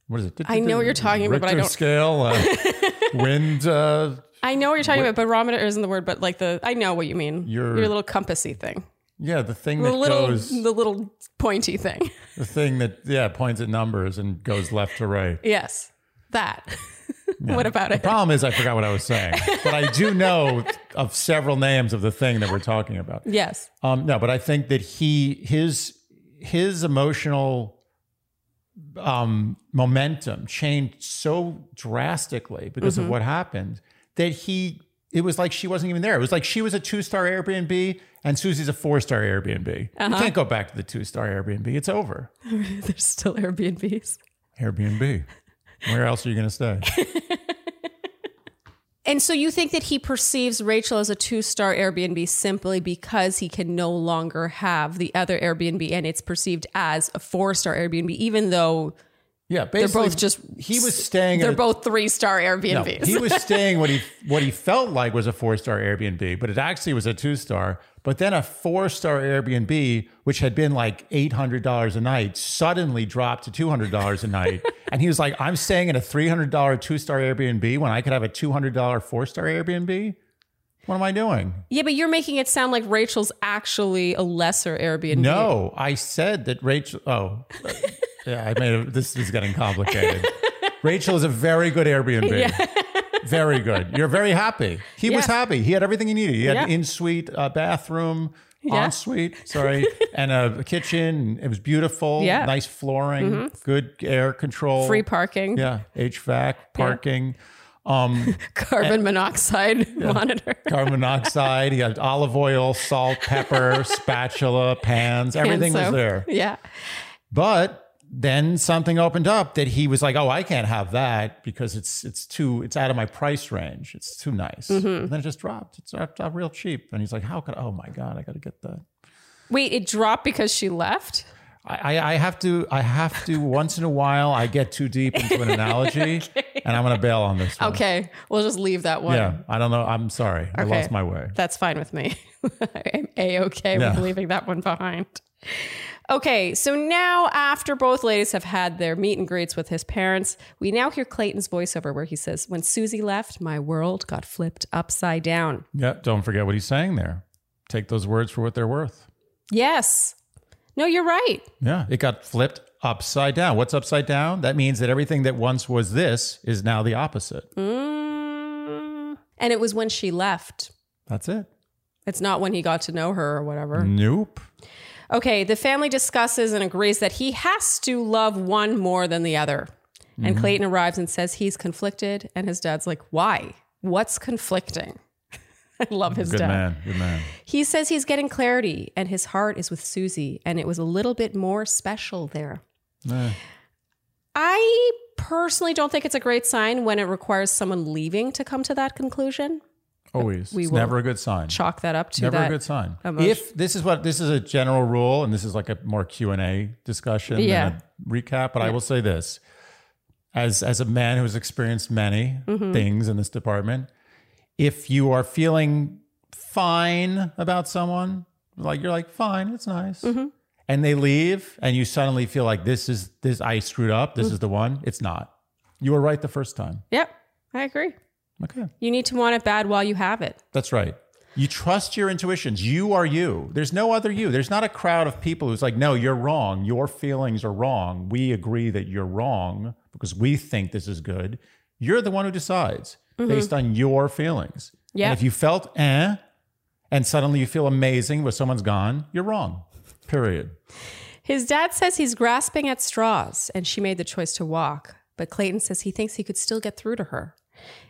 A: what is it?
C: I know what you're talking about, but I
A: Richter
C: don't-
A: scale. uh, wind. Uh,
C: I know what you're talking about. Barometer isn't the word, but like the I know what you mean.
A: Your-
C: your little compassy thing,
A: yeah, the thing
C: the
A: that
C: little
A: goes,
C: the little pointy thing.
A: the thing that yeah points at numbers and goes left to right.
C: yes, that. what about it?
A: The problem is I forgot what I was saying, but I do know of several names of the thing that we're talking about.
C: yes.
A: Um, no, but I think that he his his emotional um, momentum changed so drastically because
C: Mm-hmm.
A: of what happened that he it was like she wasn't even there. It was like she was a two star Airbnb and Susie's a four star Airbnb.
C: Uh-huh.
A: You can't go back to the two star Airbnb. It's over.
C: There's still Airbnbs.
A: Airbnb. Where else are you going to stay?
C: And so you think that he perceives Rachel as a two star Airbnb simply because he can no longer have the other Airbnb and it's perceived as a four star Airbnb, even though
A: Yeah, basically,
C: both just-
A: he was staying.
C: they're
A: at a-
C: both three star
A: No,
C: Airbnbs.
A: he was staying what he what he felt like was a four star Airbnb, but it actually was a two star. But then a four star Airbnb, which had been like eight hundred dollars a night, suddenly dropped to two hundred dollars a night, and he was like, "I'm staying in a three hundred dollar two star Airbnb when I could have a two hundred dollar four star Airbnb. What am I doing?"
C: yeah, but you're making it sound like Rachel's actually a lesser Airbnb.
A: No, I said that Rachel. Oh, yeah, I made a, this is getting complicated. Rachel is a very good Airbnb. very good. You're very happy. He was
C: Yeah.
A: happy. He had everything he needed. He had an
C: Yeah.
A: in-suite uh, bathroom,
C: Yeah.
A: ensuite, sorry, and a kitchen. It was beautiful.
C: Yeah. Mm-hmm.
A: Nice flooring, good air control.
C: Free parking,
A: Yeah, HVAC, parking. Um,
C: carbon monoxide monitor.
A: carbon monoxide. He had olive oil, salt, pepper, spatula, pans. Everything
C: And
A: was
C: so-
A: there.
C: Yeah.
A: But then something opened up that he was like, "Oh, I can't have that because it's it's too it's out of my price range. It's too nice."
C: Mm-hmm.
A: And then it just dropped. It's dropped out real cheap. And he's like, "How could? Oh my god, I got to get that."
C: Wait, it dropped because she left?
A: I, I I have to I have to once in a while I get too deep into an analogy and I'm gonna bail on this one.
C: Okay, we'll just leave that one.
A: Yeah, I don't know. I'm sorry. I
C: Okay.
A: lost my way.
C: That's fine with me. I'm a okay
A: Yeah.
C: with leaving that one behind. Okay, so now after both ladies have had their meet and greets with his parents, we now hear Clayton's voiceover where he says, When Susie left, my world got flipped upside down.
A: Yeah, don't forget what he's saying there. Take those words for what they're worth.
C: Yes. No, you're right.
A: Yeah, it got flipped upside down. What's upside down? That means that everything that once was this is now the opposite.
C: Mm. And it was when she left.
A: That's it.
C: It's not when he got to know her or whatever.
A: Nope.
C: Okay, the family discusses and agrees that he has to love one more than the other. And
A: Mm-hmm.
C: Clayton arrives and says he's conflicted, and his dad's like, Why? What's conflicting? I love his
A: Good
C: dad.
A: man. Good man.
C: He says he's getting clarity, and his heart is with Susie, and it was a little bit more special there.
A: Eh,
C: I personally don't think it's a great sign when it requires someone leaving to come to that conclusion.
A: always.
C: We
A: it's
C: will
A: never a good sign.
C: Chalk that up to
A: Never
C: that.
A: a good sign.
C: emotion.
A: If this is what this is a general rule, and this is like a more Q and A discussion
C: Yeah.
A: than a recap, but I will say this: as as a man who has experienced many
C: Mm-hmm.
A: things in this department, if you are feeling fine about someone, like you're like fine, it's nice,
C: Mm-hmm.
A: and they leave, and you suddenly feel like this is this I screwed up,
C: Mm.
A: this is the one. It's not. You were right the first time.
C: Yep, I agree.
A: Okay.
C: You need to want it bad while you have it.
A: That's right. You trust your intuitions. You are you. There's no other you. There's not a crowd of people who's like, no, you're wrong. Your feelings are wrong. We agree that you're wrong because we think this is good. You're the one who decides based on your feelings. And
C: Mm-hmm. Yeah.
A: if you felt eh, and suddenly you feel amazing but someone's gone, you're wrong. Period.
C: His dad says he's grasping at straws and she made the choice to walk, but Clayton says he thinks he could still get through to her.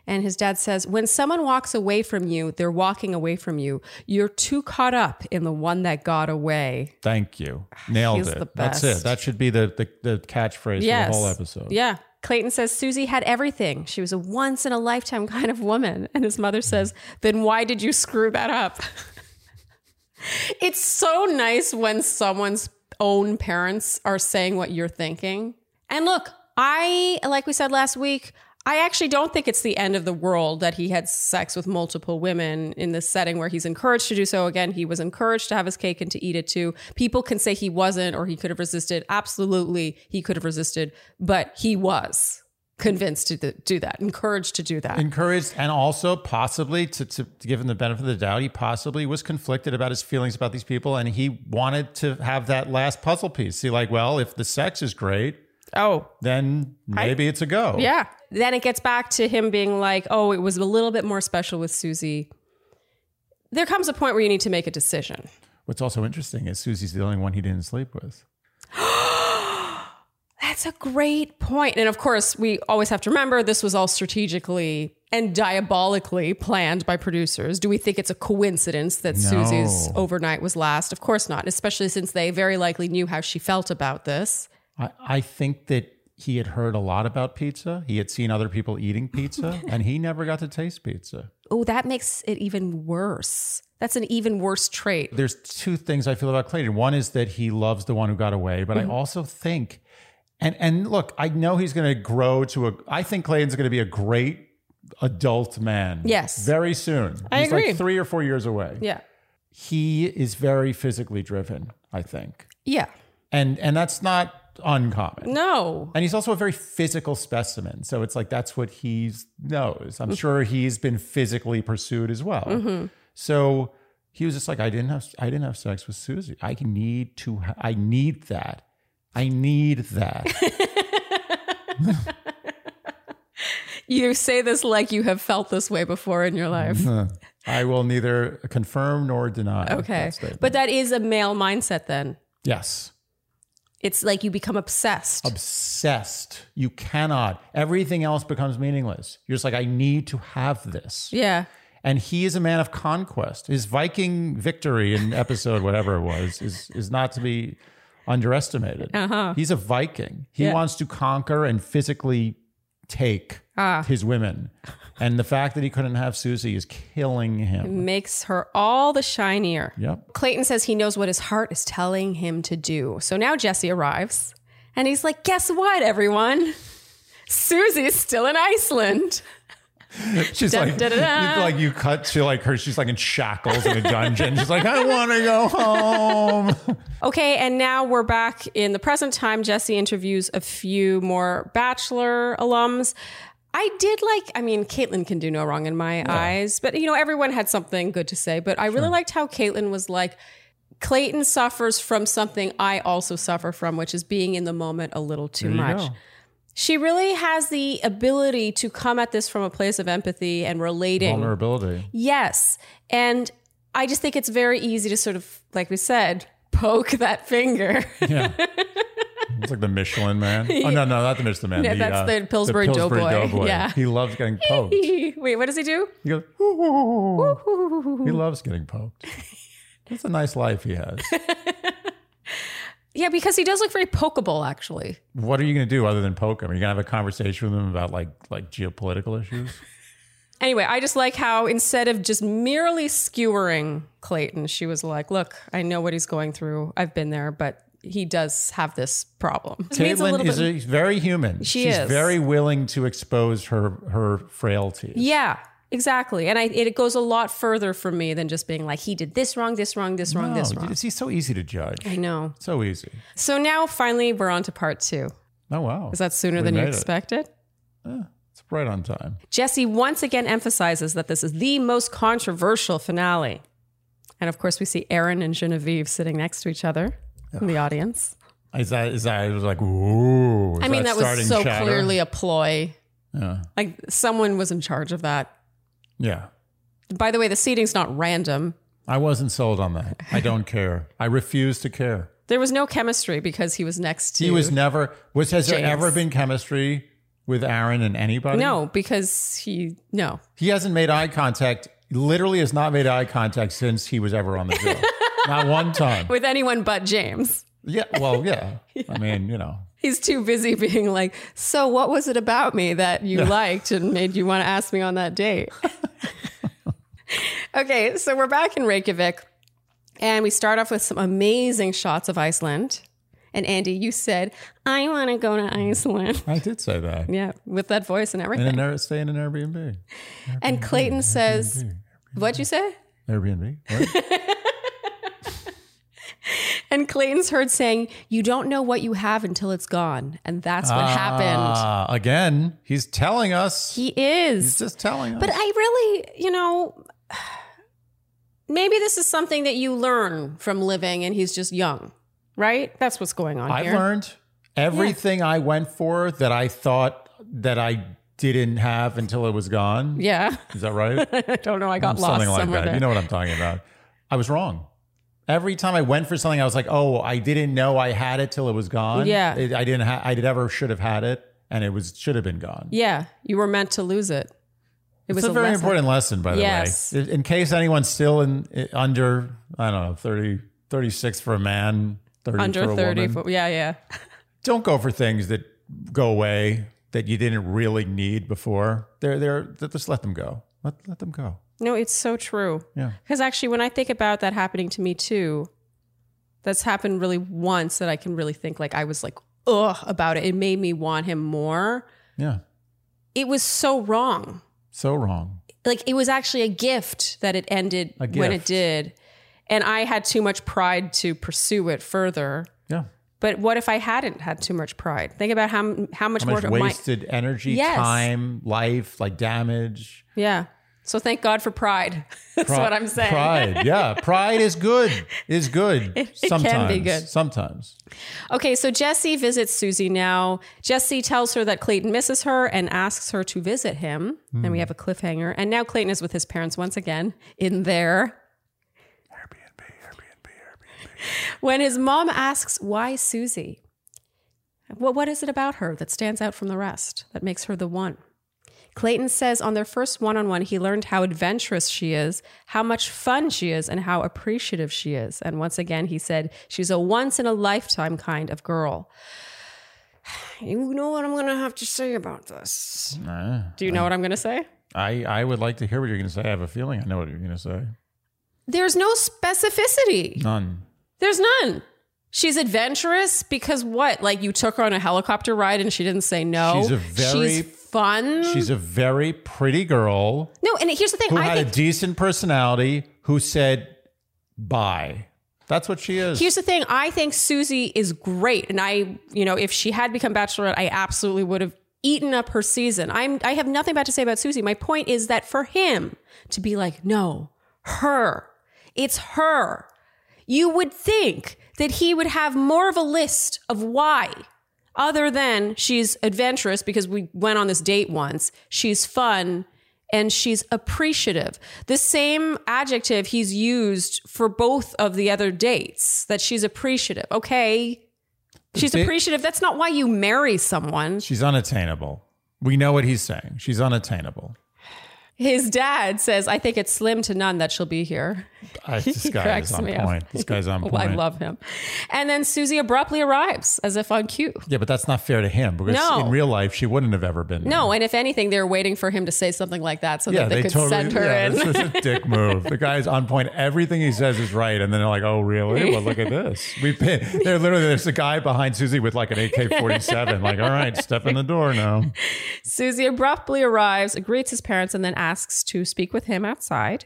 C: And his dad says, when someone walks away from you, they're walking away from you. You're too caught up in the one that got away.
A: Thank you. Nailed
C: Ah, He's
A: it.
C: the
A: That's
C: best.
A: it. That should be the the, the catchphrase
C: Yes.
A: for the whole episode.
C: Yeah. Clayton says Susie had everything. She was a once in a lifetime kind of woman. And his mother says, Then why did you screw that up? it's so nice when someone's own parents are saying what you're thinking. And look, I, like we said last week, I actually don't think it's the end of the world that he had sex with multiple women in this setting where he's encouraged to do so. Again, he was encouraged to have his cake and to eat it too. People can say he wasn't or he could have resisted. Absolutely, he could have resisted, but he was. convinced to th- do that, encouraged to do that.
A: encouraged and also possibly to, to, to give him the benefit of the doubt he possibly was conflicted about his feelings about these people and he wanted to have that last puzzle piece see like well if the sex is great
C: oh,
A: then maybe it's a go
C: yeah. Then it gets back to him being like, oh, it was a little bit more special with Susie. There comes a point where you need to make a decision.
A: what's also interesting is susie's the only one he didn't sleep with
C: That's a great point. And of course, we always have to remember this was all strategically and diabolically planned by producers. Do we think it's a coincidence that Susie's overnight was last? Of course not, especially since they very likely knew how she felt about this.
A: I, I think that he had heard a lot about pizza he had seen other people eating pizza and he never got to taste pizza
C: Oh, that makes it even worse. That's an even worse trait.
A: there's two things I feel about Clayton. One is that he loves the one who got away, but
C: Mm-hmm.
A: I also think, and and look, I know he's going to grow to a. I think Clayton's going to be a great adult man.
C: Yes.
A: very soon.
C: I
A: he's
C: agree.
A: Like three or four years away.
C: Yeah.
A: He is very physically driven. I think,
C: Yeah.
A: and and that's not uncommon.
C: No.
A: And he's also a very physical specimen. So it's like that's what he knows. I'm sure he's been physically pursued as well. So he was just like, I didn't have I didn't have sex with Susie. I need to ha- I need that. I need that.
C: You say this like you have felt this way before in your life.
A: Mm-hmm. I will neither confirm nor deny.
C: Okay.
A: that statement.
C: But that is a male mindset then.
A: yes.
C: It's like you become obsessed.
A: Obsessed. You cannot. Everything else becomes meaningless. You're just like, I need to have this.
C: yeah.
A: and he is a man of conquest. His Viking victory in episode whatever it was is is not to be underestimated.
C: Uh-huh.
A: He's a Viking. He
C: Yeah.
A: wants to conquer and physically take
C: Ah.
A: his women, and the fact that he couldn't have Susie is killing him.
C: makes her all the shinier.
A: Yep.
C: Clayton says he knows what his heart is telling him to do. So now Jesse arrives and he's like, Guess what, everyone? Susie's still in Iceland.
A: She's
C: Dun,
A: like,
C: dun, dun, dun.
A: like you cut to like her. She's like in shackles in a dungeon. She's like, I want to go home.
C: Okay, and now we're back in the present time. Jesse interviews a few more Bachelor alums. I did like, I mean, Caitlin can do no wrong in my eyes, but you know, everyone had something good to say. But I really liked how Caitlin was like, Clayton suffers from something I also suffer from, which is being in the moment a little too
A: you
C: much.
A: go.
C: She really has the ability to come at this from a place of empathy and relating.
A: Vulnerability.
C: Yes. And I just think it's very easy to sort of, like we said, poke that finger.
A: Yeah. It's like the Michelin man. Oh, no, no, not the Michelin man.
C: Yeah, that's the Pillsbury Doughboy. Yeah.
A: He loves getting poked. He
C: Wait, what does he do?
A: goes, "Ooh." he loves getting poked. That's a nice life he has.
C: Yeah, because he does look very pokeable, actually.
A: What are you going to do other than poke him? Are you going to have a conversation with him about like like geopolitical issues?
C: Anyway, I just like how instead of just merely skewering Clayton, she was like, look, I know what he's going through. I've been there, but he does have this problem. It means a
A: Caitlin
C: little
A: is
C: bit-
A: a, very human.
C: She
A: She's
C: is.
A: very willing to expose her her frailty.
C: yeah, exactly. And I, it goes a lot further for me than just being like, he did this wrong, this wrong, this wrong, this
A: No,
C: wrong.
A: it's, it's Oh, so easy to judge.
C: I know.
A: So easy.
C: So now finally we're on to part two.
A: Oh wow.
C: Is that sooner
A: We
C: than you
A: made it.
C: expected?
A: It's right on time.
C: Jesse once again emphasizes that this is the most controversial finale. And of course, we see Aaron and Genevieve sitting next to each other in the audience.
A: Is that is that it was like ooh? is
C: I mean, that,
A: starting
C: was so
A: chatter?
C: clearly a ploy.
A: Yeah.
C: Like someone was in charge of that.
A: Yeah.
C: By the way, the seating's not random.
A: I wasn't sold on that. I don't care. I refuse to care.
C: There was no chemistry because he was next to
A: He was never was has there
C: James.
A: ever been chemistry with Aaron and anybody?
C: no, because he no.
A: He hasn't made eye contact, literally has not made eye contact since he was ever on the show. not one time.
C: With anyone but James.
A: Yeah. Well, yeah. I mean, you know.
C: He's too busy being like, so what was it about me that you liked and made you want to ask me on that date? okay, so we're back in Reykjavik and we start off with some amazing shots of Iceland. And Andy, you said, I want to go to Iceland.
A: I did say that.
C: Yeah, with that voice and everything.
A: And an, stay in an Airbnb.
C: And Clayton says, What'd you say?
A: Airbnb. What?
C: And Clayton's heard saying, You don't know what you have until it's gone. And that's what happened.
A: Ah, Again, he's telling us.
C: He is.
A: he's just telling us.
C: But I really, you know, maybe this is something that you learn from living and he's just young, right? That's what's going on
A: I've
C: here.
A: learned everything I went for that I thought that I didn't have until it was gone.
C: Yeah.
A: Is that right?
C: I don't know. I got lost
A: Something like
C: somewhere
A: that.
C: there.
A: You know what I'm talking about. I was wrong. Every time I went for something, I was like, "Oh, I didn't know I had it till it was gone.
C: Yeah.
A: It- I didn't. Ha- I never should have had it, and it was should have been gone.
C: yeah. You were meant to lose it. It was
A: it's a, very
C: lesson.
A: important lesson, by the
C: Yes.
A: way. In- In case anyone's still in i- under, I don't know, 30, 36 for a man, 30 for
C: Under
A: a
C: 30.
A: woman.
C: fo- yeah, yeah.
A: don't go for things that go away that you didn't really need before. They're they're th- just let them go. Let let them go.
C: No, it's so true.
A: Yeah.
C: Because actually, when I think about that happening to me too, that's happened really once that I can really think like I was like, ugh, about it. It made me want him more.
A: Yeah.
C: It was so wrong.
A: So wrong.
C: like it was actually a gift that it ended
A: A
C: when it
A: gift.
C: did and i had too much pride to pursue it further
A: Yeah.
C: but what if i hadn't had too much pride think about how m- how much
A: How
C: more
A: much
C: my-
A: wasted energy,
C: Yes.
A: time, life, like damage.
C: yeah so thank god for pride that's
A: Pri-
C: what i'm saying
A: Pride. Yeah. Pride is good. Is good.
C: It- it can be
A: sometimes.
C: good.
A: Sometimes.
C: okay so jesse visits susie now jesse tells her that clayton misses her and asks her to visit him and we have a cliffhanger and now clayton is with his parents once again in there When his mom asks why Susie, well, what is it about her that stands out from the rest, that makes her the one? Clayton says on their first one on one, he learned how adventurous she is, how much fun she is, and how appreciative she is. And once again, he said, she's a once in a lifetime kind of girl. You know what I'm going to have to say about this.
A: Nah.
C: Do you know what I'm going to say?
A: Ah. I I would like to hear what you're going to say. I have a feeling I know what you're going to say.
C: There's no specificity.
A: None.
C: There's none. She's adventurous because what? Like you took her on a helicopter ride and she didn't say no.
A: She's a very-
C: She's fun.
A: She's a very pretty girl.
C: no, and here's the thing.
A: who
C: I
A: had
C: think
A: a decent personality who said bye. That's what she is.
C: here's the thing. I think Susie is great, and I, you know, if she had become Bachelorette, I absolutely would have eaten up her season. I'm. I have nothing bad to say about Susie. My point is that for him to be like, no, her, it's her. You would think that he would have more of a list of why other than she's adventurous because we went on this date once. She's fun and she's appreciative. The same adjective he's used for both of the other dates that she's appreciative. Okay. She's
A: Ba-
C: appreciative. That's not why you marry someone.
A: She's unattainable. We know what he's saying. She's unattainable.
C: His dad says, I think it's slim to none that she'll be here.
A: I, this
C: He
A: guy
C: cracks
A: is on
C: me up.
A: point. This guy's on
C: Oh,
A: point.
C: I love him. And then Susie abruptly arrives as if on cue.
A: yeah, but that's not fair to him because
C: No.
A: in real life she wouldn't have ever been.
C: No, and if anything, they're waiting for him to say something like that so
A: there. Yeah,
C: that
A: they,
C: they, could
A: totally.
C: send her
A: yeah,
C: in.
A: this is a dick move. The guy's on point. Everything he says is right, and then they're like, "Oh, really? Well, look at this. We pin." They're literally there's a guy behind Susie with like an AK-47. Like, all right, step in the door now.
C: Susie abruptly arrives, greets his parents, and then asks to speak with him outside.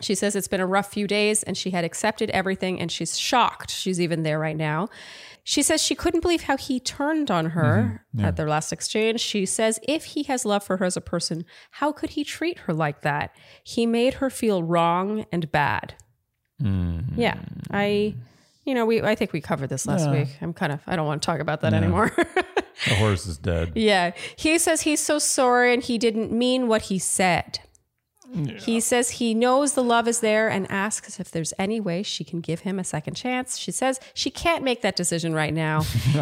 C: She says it's been a rough few days and she had accepted everything and she's shocked she's even there right now. She says she couldn't believe how he turned on her at their last exchange. She says if he has love for her as a person, how could he treat her like that? He made her feel wrong and bad. Yeah. I you know, we I think we covered this last week. I'm kind of I don't want to talk about that anymore.
A: The horse is dead.
C: Yeah. He says he's so sorry and he didn't mean what he said. He says he knows the love is there and asks if there's any way she can give him a second chance. She says she can't make that decision right now.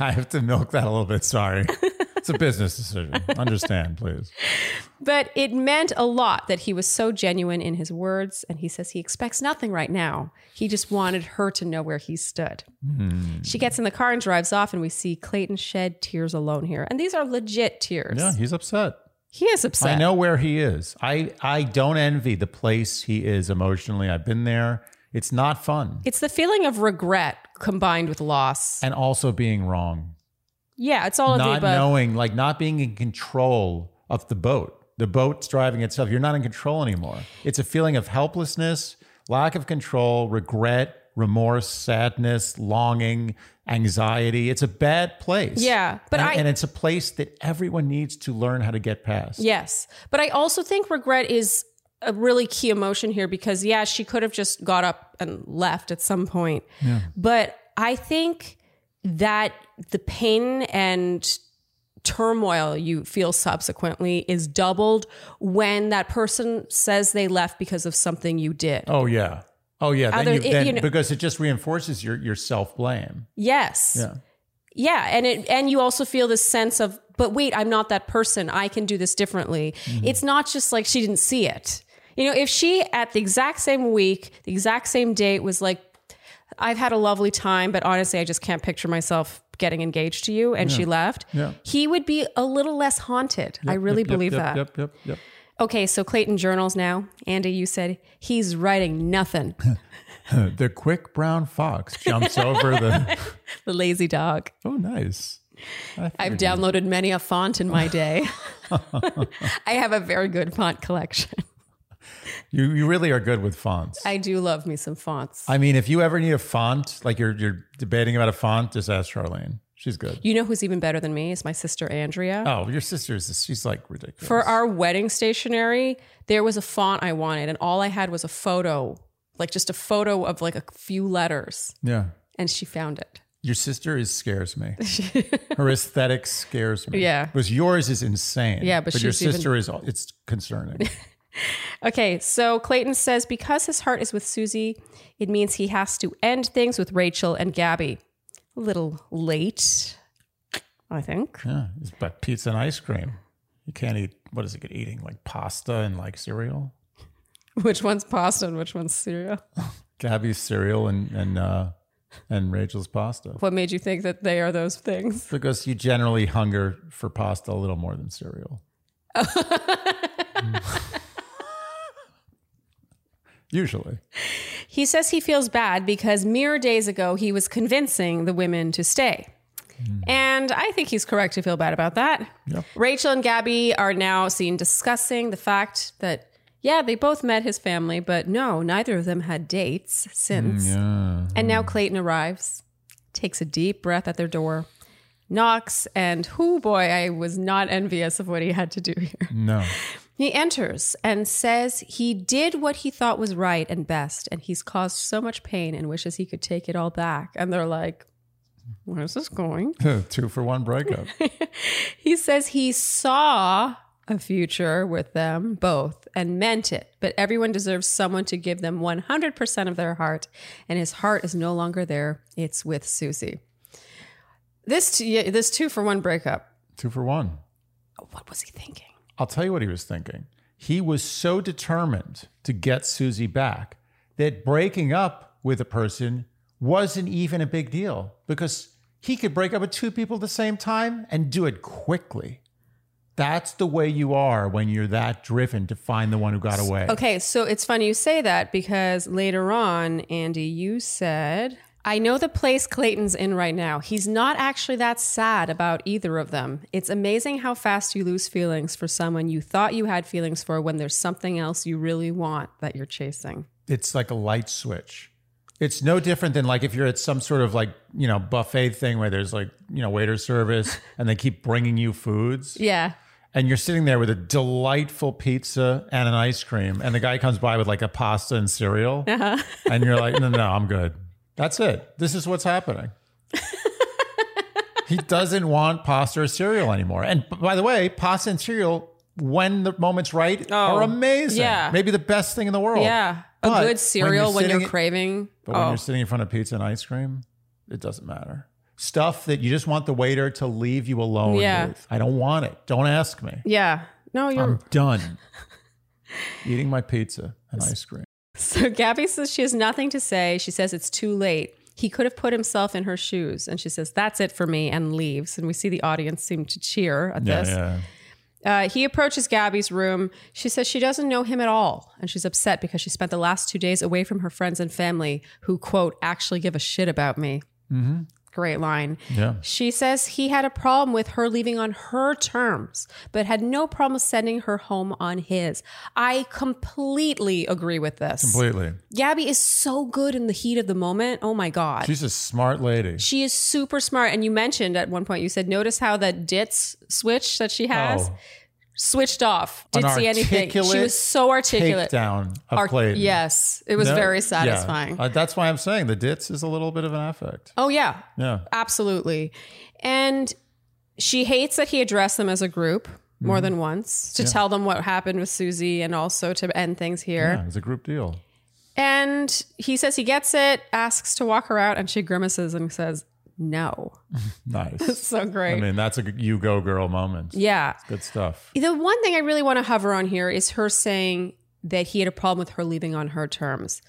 A: I have to milk that a little bit. Sorry. It's a business decision. Understand, please.
C: But it meant a lot that he was so genuine in his words. And he says he expects nothing right now. He just wanted her to know where he stood.
A: Hmm.
C: She gets in the car and drives off, and we see Clayton shed tears alone here. And these are legit tears.
A: Yeah, he's upset.
C: He is upset.
A: I know where he is. I, I don't envy the place he is emotionally. I've been there. It's not fun.
C: It's the feeling of regret combined with loss.
A: And also being wrong.
C: Yeah, it's all of the
A: Not
C: above.
A: knowing, like not being in control of the boat. The boat's driving itself. You're not in control anymore. It's a feeling of helplessness, lack of control, regret, remorse, sadness, longing, anxiety. It's a bad place.
C: Yeah, but
A: and,
C: I-
A: and it's a place that everyone needs to learn how to get past.
C: Yes. But I also think regret is a really key emotion here because, yeah, she could have just got up and left at some point. But I think that the pain and turmoil you feel subsequently is doubled when that person says they left because of something you did.
A: Oh yeah. Oh yeah. Then
C: Other-
A: you,
C: it-
A: then,
C: you know-
A: because it just reinforces your your self blame.
C: Yes.
A: Yeah.
C: Yeah, and it and you also feel this sense of but wait, I'm not that person. I can do this differently.
A: Mm-hmm.
C: It's not just like she didn't see it. You know, if she at the exact same week, the exact same date was like I've had a lovely time, but honestly, I just can't picture myself getting engaged to you and she left.
A: Yeah.
C: He would be a little less haunted. I really
A: Yep,
C: believe
A: yep,
C: that.
A: Yep. Yep. Yep.
C: Okay, so Clayton journals now. Andy, you said he's writing nothing.
A: The quick brown fox jumps over the.
C: the lazy dog.
A: Oh, nice. I
C: I've
A: figured-
C: downloaded many a font in my day. I have a very good font collection.
A: You you really are good with fonts. I,
C: I do love me some fonts.
A: mean, if you ever need a font, like you're you're debating about a font, just ask Charlene. She's good.
C: you know who's even better than me is my sister Andrea.
A: Oh, your sister's she's like ridiculous.
C: For our wedding stationery, there was a font I wanted, and all I had was a photo, like just a photo of like a few letters,
A: yeah.
C: and she found it.
A: Your sister is scares me. Her aesthetic scares me.
C: Yeah.
A: Because yours is insane.
C: Yeah, but
A: your
C: she's even-
A: sister is it's concerning.
C: Okay, so Clayton says because his heart is with Susie, it means he has to end things with Rachel and Gabby. A little late, I think.
A: yeah. It's but pizza and ice cream. You can't eat what is it good eating? Like pasta and like cereal?
C: Which one's pasta and which one's cereal?
A: Gabby's cereal and and uh and Rachel's pasta.
C: What made you think that they are those things?
A: Because you generally hunger for pasta a little more than cereal. Usually.
C: He says he feels bad because mere days ago he was convincing the women to stay. And I think he's correct to feel bad about that.
A: Yep.
C: Rachel and Gabby are now seen discussing the fact that, yeah, they both met his family, but no, neither of them had dates since.
A: Yeah.
C: And now Clayton arrives, takes a deep breath at their door, knocks, and whoo boy, I was not envious of what he had to do here.
A: No.
C: He enters and says he did what he thought was right and best, and he's caused so much pain and wishes he could take it all back. And they're like, Where's this going?
A: Two for one breakup.
C: He says he saw a future with them both and meant it, but everyone deserves someone to give them 100% of their heart, and his heart is no longer there. It's with Susie. This, t- yeah, this two for one breakup.
A: Two for one.
C: What was he thinking?
A: I'll tell you what he was thinking. He was so determined to get Susie back that breaking up with a person wasn't even a big deal because he could break up with two people at the same time and do it quickly. That's the way you are when you're that driven to find the one who got away.
C: Okay, so it's funny you say that because later on, Andy, you said, I know the place Clayton's in right now. He's not actually that sad about either of them. It's amazing how fast you lose feelings for someone you thought you had feelings for when there's something else you really want that you're chasing.
A: It's like a light switch. It's no different than like if you're at some sort of like, you know, buffet thing where there's like, you know, waiter service and they keep bringing you foods.
C: Yeah.
A: and you're sitting there with a delightful pizza and an ice cream, and the guy comes by with like a pasta and cereal,
C: Uh-huh.
A: and you're like, no, no, I'm good. That's it. This is what's happening. he doesn't want pasta or cereal anymore. And b- by the way, pasta and cereal, when the moment's right, are amazing.
C: Oh, yeah.
A: Maybe the best thing in the world.
C: Yeah. A
A: But when
C: good cereal when you're,
A: sitting-
C: craving.
A: But when
C: oh.
A: you're sitting in front of pizza and ice cream, it doesn't matter. Stuff that you just want the waiter to leave you alone
C: Yeah.
A: with. I don't want it. Don't ask me.
C: yeah. No, you're.
A: I'm done eating my pizza and ice cream.
C: So Gabby says she has nothing to say. She says it's too late. He could have put himself in her shoes. And she says, That's it for me, and leaves. And we see the audience seem to cheer at this.
A: yeah.
C: Uh, he approaches Gabby's room. She says she doesn't know him at all. And she's upset because she spent the
A: Mm-hmm.
C: last two days away from her friends and family who, quote, actually give a shit about me. great line.
A: Yeah.
C: She says he had a problem with her leaving on her terms, but had no problem sending her home on his. I completely agree with this.
A: Completely.
C: Gabby is so good in the heat of the moment. Oh my God.
A: She's a smart lady.
C: she is super smart. And you mentioned at one point, you said, notice how that ditz switch that she has
A: Oh.
C: switched off.
A: An
C: Didn't see anything. She
A: articulate
C: was so articulate.
A: Takedown of
C: Ar-
A: Clayton.
C: yes. It was
A: No?
C: very
A: Yeah.
C: satisfying.
A: Uh, that's why I'm saying the ditz is a little bit of an affect.
C: oh, yeah.
A: Yeah.
C: Absolutely. And she hates that he addressed them as a group
A: Mm-hmm.
C: more than once to tell them what happened with Susie and also to end things here.
A: yeah. It's a group deal.
C: And he says he gets it, asks to walk her out, and she grimaces and says, No.
A: Nice.
C: So
A: I
C: great.
A: mean, that's a g- you go girl moment.
C: yeah.
A: Good stuff.
C: The one thing I really want to hover on here is her saying that he had a problem with her leaving on her terms.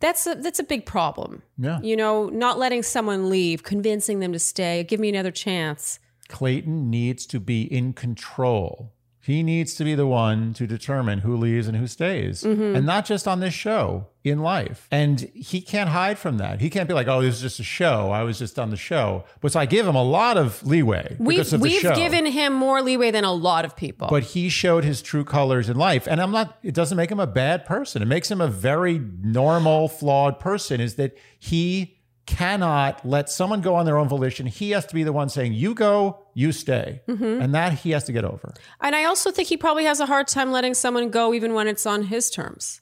C: That's a, that's a big problem.
A: Yeah.
C: You know, not letting someone leave, convincing them to stay, give me another chance.
A: Clayton needs to be in control. He needs to be the one to determine who leaves and who stays,
C: Mm-hmm.
A: and not just on this show, in life. And he can't hide from that. He can't be like, "Oh, this is just a show. I was just on the show." But so I give him a lot of leeway
C: We've,
A: because of the
C: we've
A: show.
C: given him more leeway than a lot of people.
A: but he showed his true colors in life, and I'm not. It doesn't make him a bad person. It makes him a very normal, flawed person. Is that he cannot let someone go on their own volition. He has to be the one saying, "You go, you stay,"
C: Mm-hmm.
A: and that he has to get over.
C: and I also think he probably has a hard time letting someone go even when it's on his terms.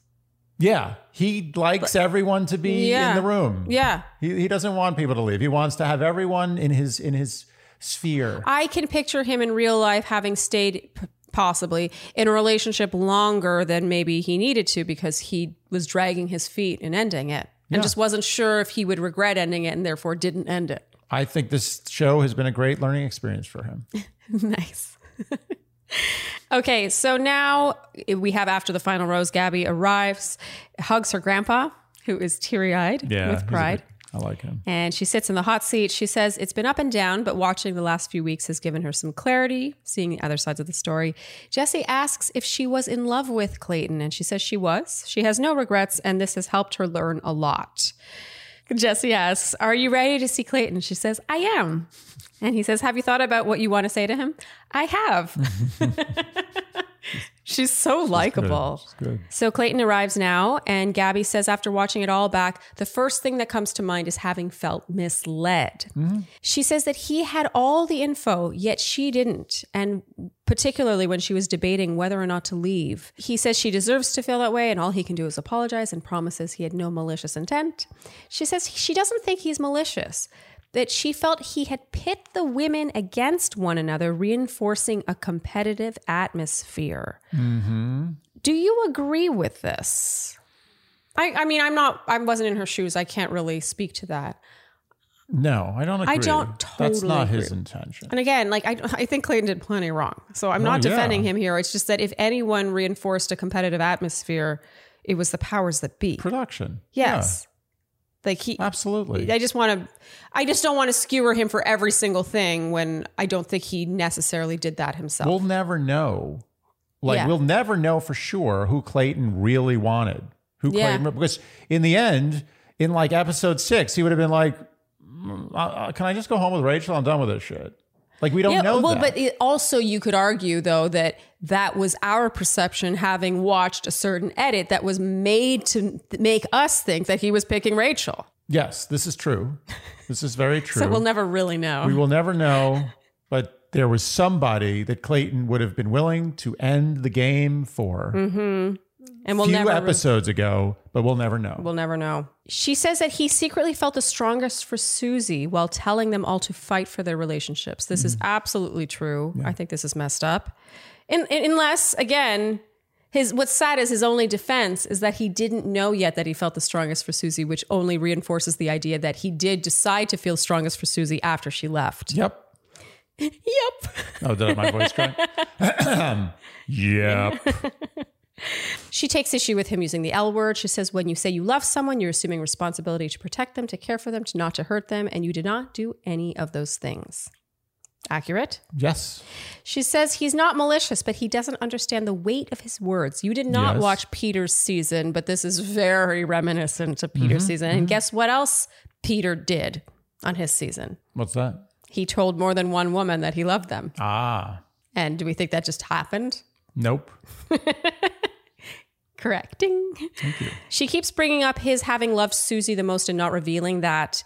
A: Yeah, he likes everyone to be
C: Yeah.
A: in the room.
C: Yeah.
A: he, he doesn't want people to leave. He wants to have everyone in his in his sphere.
C: I can picture him in real life having stayed p- possibly in a relationship longer than maybe he needed to because he was dragging his feet and ending it and
A: Yeah.
C: just wasn't sure if he would regret ending it and therefore didn't end it.
A: I think this show has been a great learning experience for him.
C: nice. okay, so now we have after the final rose, Gabby arrives, hugs her grandpa, who is teary eyed with pride.
A: I like him.
C: And she sits in the hot seat. She says, It's been up and down, but watching the last few weeks has given her some clarity, seeing the other sides of the story. Jesse asks if she was in love with Clayton, and she says she was. She has no regrets, and this has helped her learn a lot. Jesse asks, Are you ready to see Clayton? She says, I am. And he says, Have you thought about what you want to say to him? I have. She's so likable.
A: It's good.
C: So Clayton arrives now, and Gabby says, after watching it all back, the first thing that comes to mind is having felt misled. She says that he had all the info, yet she didn't. And particularly when she was debating whether or not to leave, he says she deserves to feel that way, and all he can do is apologize and promises he had no malicious intent. She says she doesn't think he's malicious. That she felt he had pit the women against one another, reinforcing a competitive atmosphere. Do you agree with this? I, I mean, I'm not, I wasn't in her shoes. I can't really speak to that.
A: No, I don't agree.
C: don't
A: That's
C: totally
A: not his
C: agree.
A: intention.
C: And again, like, I, I think Clayton did plenty wrong. So I'm not
A: Oh, yeah.
C: defending him here. It's just that if anyone reinforced a competitive atmosphere, it was the powers that be.
A: Production.
C: Yes. Like, he,
A: Yeah, absolutely.
C: I just want to, I just don't want to skewer him for every single thing when I don't think he necessarily did that himself.
A: We'll never know. Like
C: Yeah.
A: we'll never know for sure who Clayton really wanted. Who
C: Yeah.
A: Clayton because in the end, in like episode six, he would have been like, "Mm, uh, uh, "Can I just go home with Rachel? I'm done with this shit." Like we don't know.
C: well,
A: that.
C: but it also you could argue though that that was our perception having watched a certain edit that was made to th- make us think that he was picking Rachel.
A: yes, this is true. This is very true.
C: So we'll never really know.
A: we will never know. But there was somebody that Clayton would have been willing to end the game
C: Mm-hmm.
A: for.
C: and we'll
A: few
C: never re-
A: episodes ago, but we'll never know.
C: we'll never know. She says that he secretly felt the strongest for Susie while telling them all to fight for their relationships. This is absolutely true. I think this is messed up. And, and unless again his what's sad is his only defense is that he didn't know yet that he felt the strongest for Susie, which only reinforces the idea that he did decide to feel strongest for Susie after she left.
A: yep.
C: Yep.
A: Oh, did I have my voice crack? yep.
C: She takes issue with him using the L word. She says, when you say you love someone, you're assuming responsibility to protect them, to care for them, to not to hurt them, and you did not do any of those things. Accurate?
A: Yes.
C: She says he's not malicious, but he doesn't understand the weight of his words. You did not
A: Yes.
C: watch Peter's season,
A: Mm-hmm.
C: but this is very reminiscent of Peter's season. And guess what else Peter did? on his season.
A: What's that?
C: He told more than one woman that he loved them.
A: Ah,
C: And do we think that just happened?
A: nope.
C: Correcting. She keeps bringing up his having loved Susie the most and not revealing that.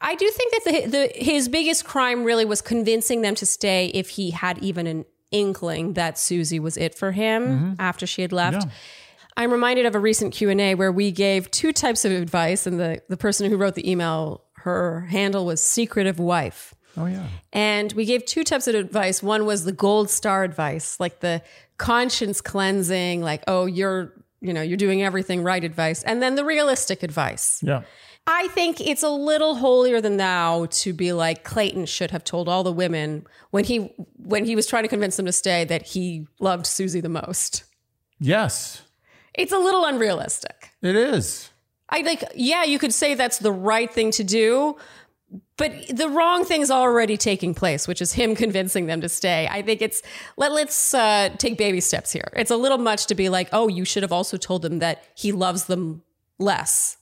C: I do think that the, the his biggest crime really was convincing them to stay if he had even an inkling that Susie was it for him after she had left.
A: Yeah.
C: I'm reminded of a recent Q&A where we gave two types of advice and the, the person who wrote the email her handle was secretive wife.
A: Oh yeah.
C: And we gave two types of advice. One was the gold star advice, like the conscience cleansing, like, oh, you're, you know, you're doing everything right advice. And then the realistic advice.
A: Yeah.
C: I think it's a little holier than thou to be like Clayton should have told all the women when he when he was trying to convince them to stay that he loved Susie the most.
A: Yes,
C: It's a little unrealistic.
A: it is.
C: I like, yeah, you could say that's the right thing to do, but the wrong thing's already taking place, which is him convincing them to stay. I think it's let let's uh, take baby steps here. It's a little much to be like, oh, you should have also told them that he loves them less.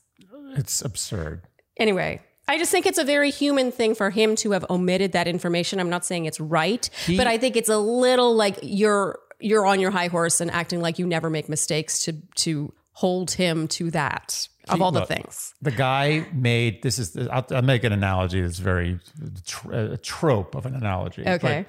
A: It's absurd.
C: Anyway. I just think it's a very human thing for him to have omitted that information. I'm not saying it's right, but I think it's a little like you're you're on your high horse and acting like you never make mistakes to to hold him to that of all the
A: look,
C: things.
A: The guy made this is I'll, I'll make an analogy that's very tr- a trope of an analogy. but
C: Okay.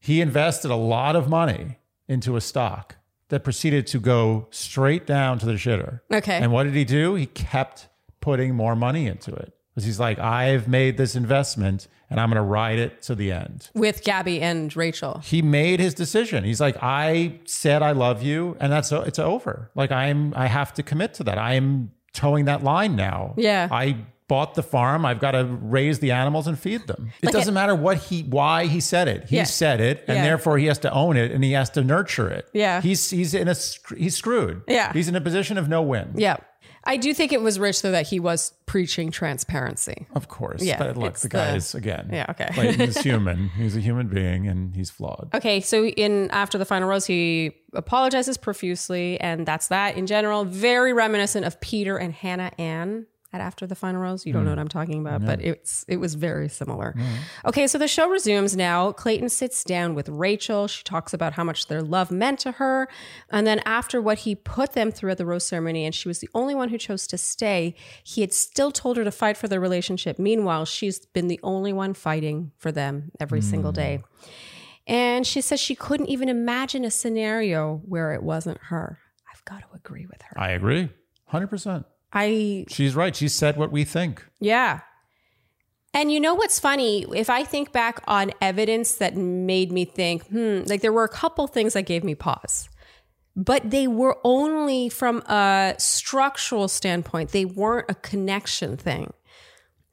A: he invested a lot of money into a stock that proceeded to go straight down to the shitter.
C: Okay.
A: And what did he do? He kept putting more money into it because he's like, I've made this investment and I'm going to ride it to the end.
C: with Gabby and Rachel.
A: He made his decision. He's like, I said I love you, and that's it's over. Like I'm, I have to commit to that. I am towing that line now.
C: Yeah.
A: I bought the farm. I've got to raise the animals and feed them. It doesn't matter what he, why he said it. He
C: Yeah.
A: said it, and
C: Yeah.
A: therefore he has to own it and he has to nurture it.
C: Yeah.
A: he's he's in a sc- he's screwed.
C: Yeah.
A: he's in a position of no win.
C: Yeah. I do think it was rich though that he was preaching transparency.
A: Of course.
C: Yeah,
A: But look,
C: it's
A: the guy
C: the-
A: is again.
C: Yeah, okay.
A: Like, he's human. He's a human being and he's flawed.
C: Okay, so in after the final rose, he apologizes profusely, and that's that. In general, very reminiscent of Peter and Hannah Ann at after the final rose. You don't know what I'm talking about, but it's it was very similar. Okay, so the show resumes now. Clayton sits down with Rachel. She talks about how much their love meant to her, and then after what he put them through at the rose ceremony, and she was the only one who chose to stay. He had still told her to fight for their relationship. Meanwhile, she's been the only one fighting for them every single day. And she says she couldn't even imagine a scenario where it wasn't her. I've got to agree with her.
A: I agree. 100%.
C: I,
A: She's right. She said what we think.
C: yeah. And you know what's funny? If I think back on evidence that made me think, hmm, like there were a couple things that gave me pause, but they were only from a structural standpoint, they weren't a connection thing.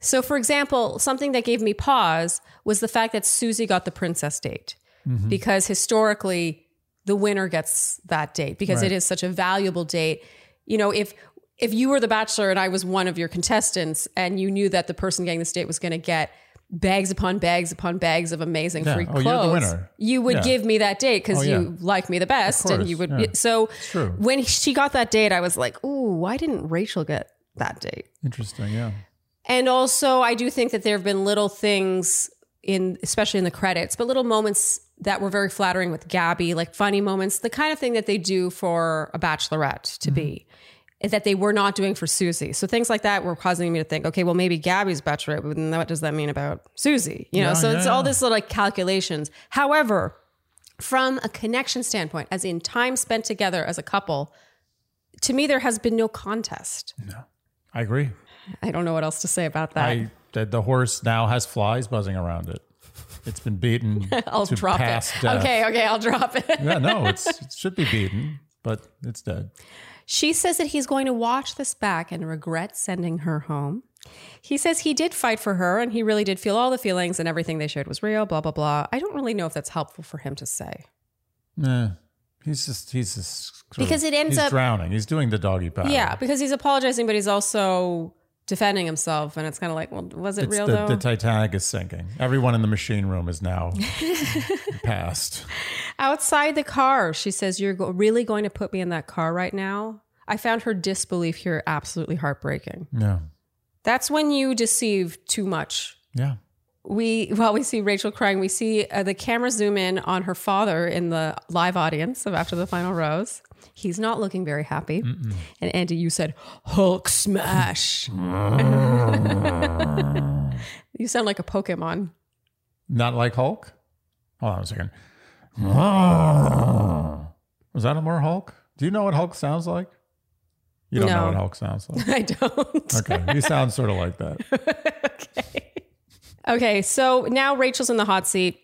C: So, for example, something that gave me pause was the fact that Susie got the princess date
A: Mm-hmm.
C: because historically the winner gets that date because
A: Right.
C: it is such a valuable date. You know, if if you were the bachelor and I was one of your contestants and you knew that the person getting this date was going to get bags upon bags upon bags of amazing
A: Yeah.
C: free
A: Oh,
C: clothes,
A: you're the winner.
C: you would
A: Yeah.
C: give me that date because
A: Oh, yeah.
C: you like me the best, and
A: course,
C: you would.
A: yeah.
C: So
A: true.
C: when she got that date, I was like, "Ooh, why didn't Rachel get that date?"
A: Interesting. Yeah.
C: And also, I do think that there have been little things in, especially in the credits, but little moments that were very flattering with Gabby, like funny moments, the kind of thing that they do for a bachelorette to be,
A: Mm-hmm.
C: that they were not doing for Susie. So things like that were causing me to think, okay, well, maybe Gabby's bachelorette, but then what does that mean about Susie? You know,
A: Yeah,
C: so
A: yeah,
C: it's all
A: yeah.
C: this little like calculations. However, from a connection standpoint, as in time spent together as a couple, to me, there has been no contest.
A: I agree.
C: I don't know what else to say about that.
A: I that the horse now has flies buzzing around it. It's been beaten.
C: I'll
A: to
C: drop it.
A: past death.
C: Okay, okay, I'll drop it.
A: Yeah, no, it's, it should be beaten, but it's dead.
C: She says that he's going to watch this back and regret sending her home. He says he did fight for her and he really did feel all the feelings and everything they shared was real, blah, blah, blah. I don't really know if that's helpful for him to say.
A: Nah. He's just, he's just. sort of-
C: Because it ends
A: he's
C: up-
A: drowning. He's doing the doggy paddle.
C: Yeah, because he's apologizing, but he's also defending himself. And it's kind of like, well, was it
A: It's
C: real
A: the,
C: though?
A: the Titanic is sinking. Everyone in the machine room is now passed.
C: Outside the car, she says, You're go- really going to put me in that car right now? I found her disbelief here absolutely heartbreaking.
A: No.
C: That's when you deceive too much
A: Yeah.
C: we while we see Rachel crying, we see uh, the camera zoom in on her father in the live audience of After the Final Rose. He's not looking very happy. And Andy, you said Hulk smash. you sound like a Pokemon.
A: Not like Hulk? Hold on a second. Was that a more Hulk? Do you know what Hulk sounds like? You don't know
C: No.
A: what Hulk sounds like.
C: I don't.
A: Okay. he sounds sort of like that.
C: Okay, so now Rachel's in the hot seat.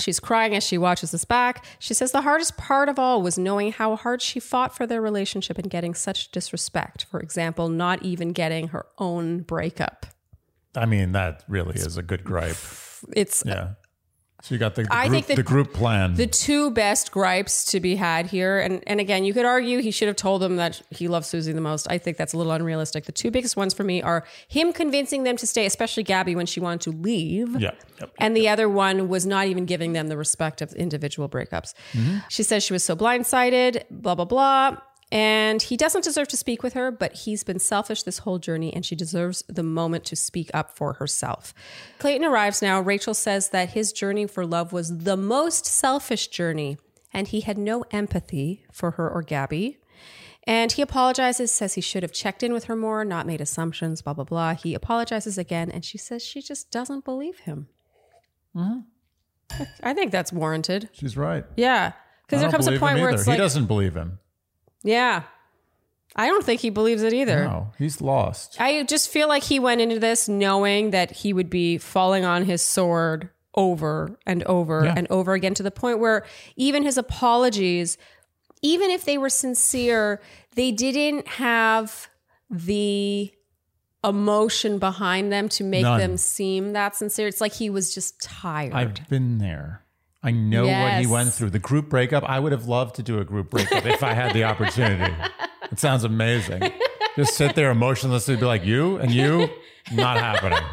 C: She's crying as she watches this back. She says the hardest part of all was knowing how hard she fought for their relationship and getting such disrespect. For example, not even getting her own breakup.
A: I mean, that really is a good gripe.
C: It's
A: Yeah. So you got the, the,
C: I
A: group,
C: think
A: the,
C: the-
A: group plan.
C: the two best gripes to be had here. And and again, you could argue he should have told them that he loves Susie the most. I think that's a little unrealistic. The two biggest ones for me are him convincing them to stay, especially Gabby when she wanted to leave.
A: yeah. Yep.
C: And the other one was not even giving them the respect of individual breakups. She says she was so blindsided, blah, blah, blah. And he doesn't deserve to speak with her, but he's been selfish this whole journey and she deserves the moment to speak up for herself. Clayton arrives now. Rachel says that his journey for love was the most selfish journey and he had no empathy for her or Gabby. And he apologizes, says he should have checked in with her more, not made assumptions, blah, blah, blah. He apologizes again, and she says she just doesn't believe him. I think that's warranted.
A: She's right.
C: Yeah. Because
A: I
C: there
A: don't
C: comes a
A: believe
C: point
A: him
C: where
A: either.
C: it's
A: he
C: like,
A: doesn't believe him.
C: yeah, I don't think he believes it either.
A: No, he's lost.
C: I just feel like he went into this knowing that he would be falling on his sword over and over
A: Yeah.
C: and over again to the point where even his apologies, even if they were sincere, they didn't have the emotion behind them to make
A: None.
C: them seem that sincere. It's like he was just tired.
A: I've been there. I know what he
C: Yes.
A: went through. The group breakup, I would have loved to do a group breakup if I had the opportunity. It sounds amazing. Just sit there emotionlessly, be like, you and you, not happening.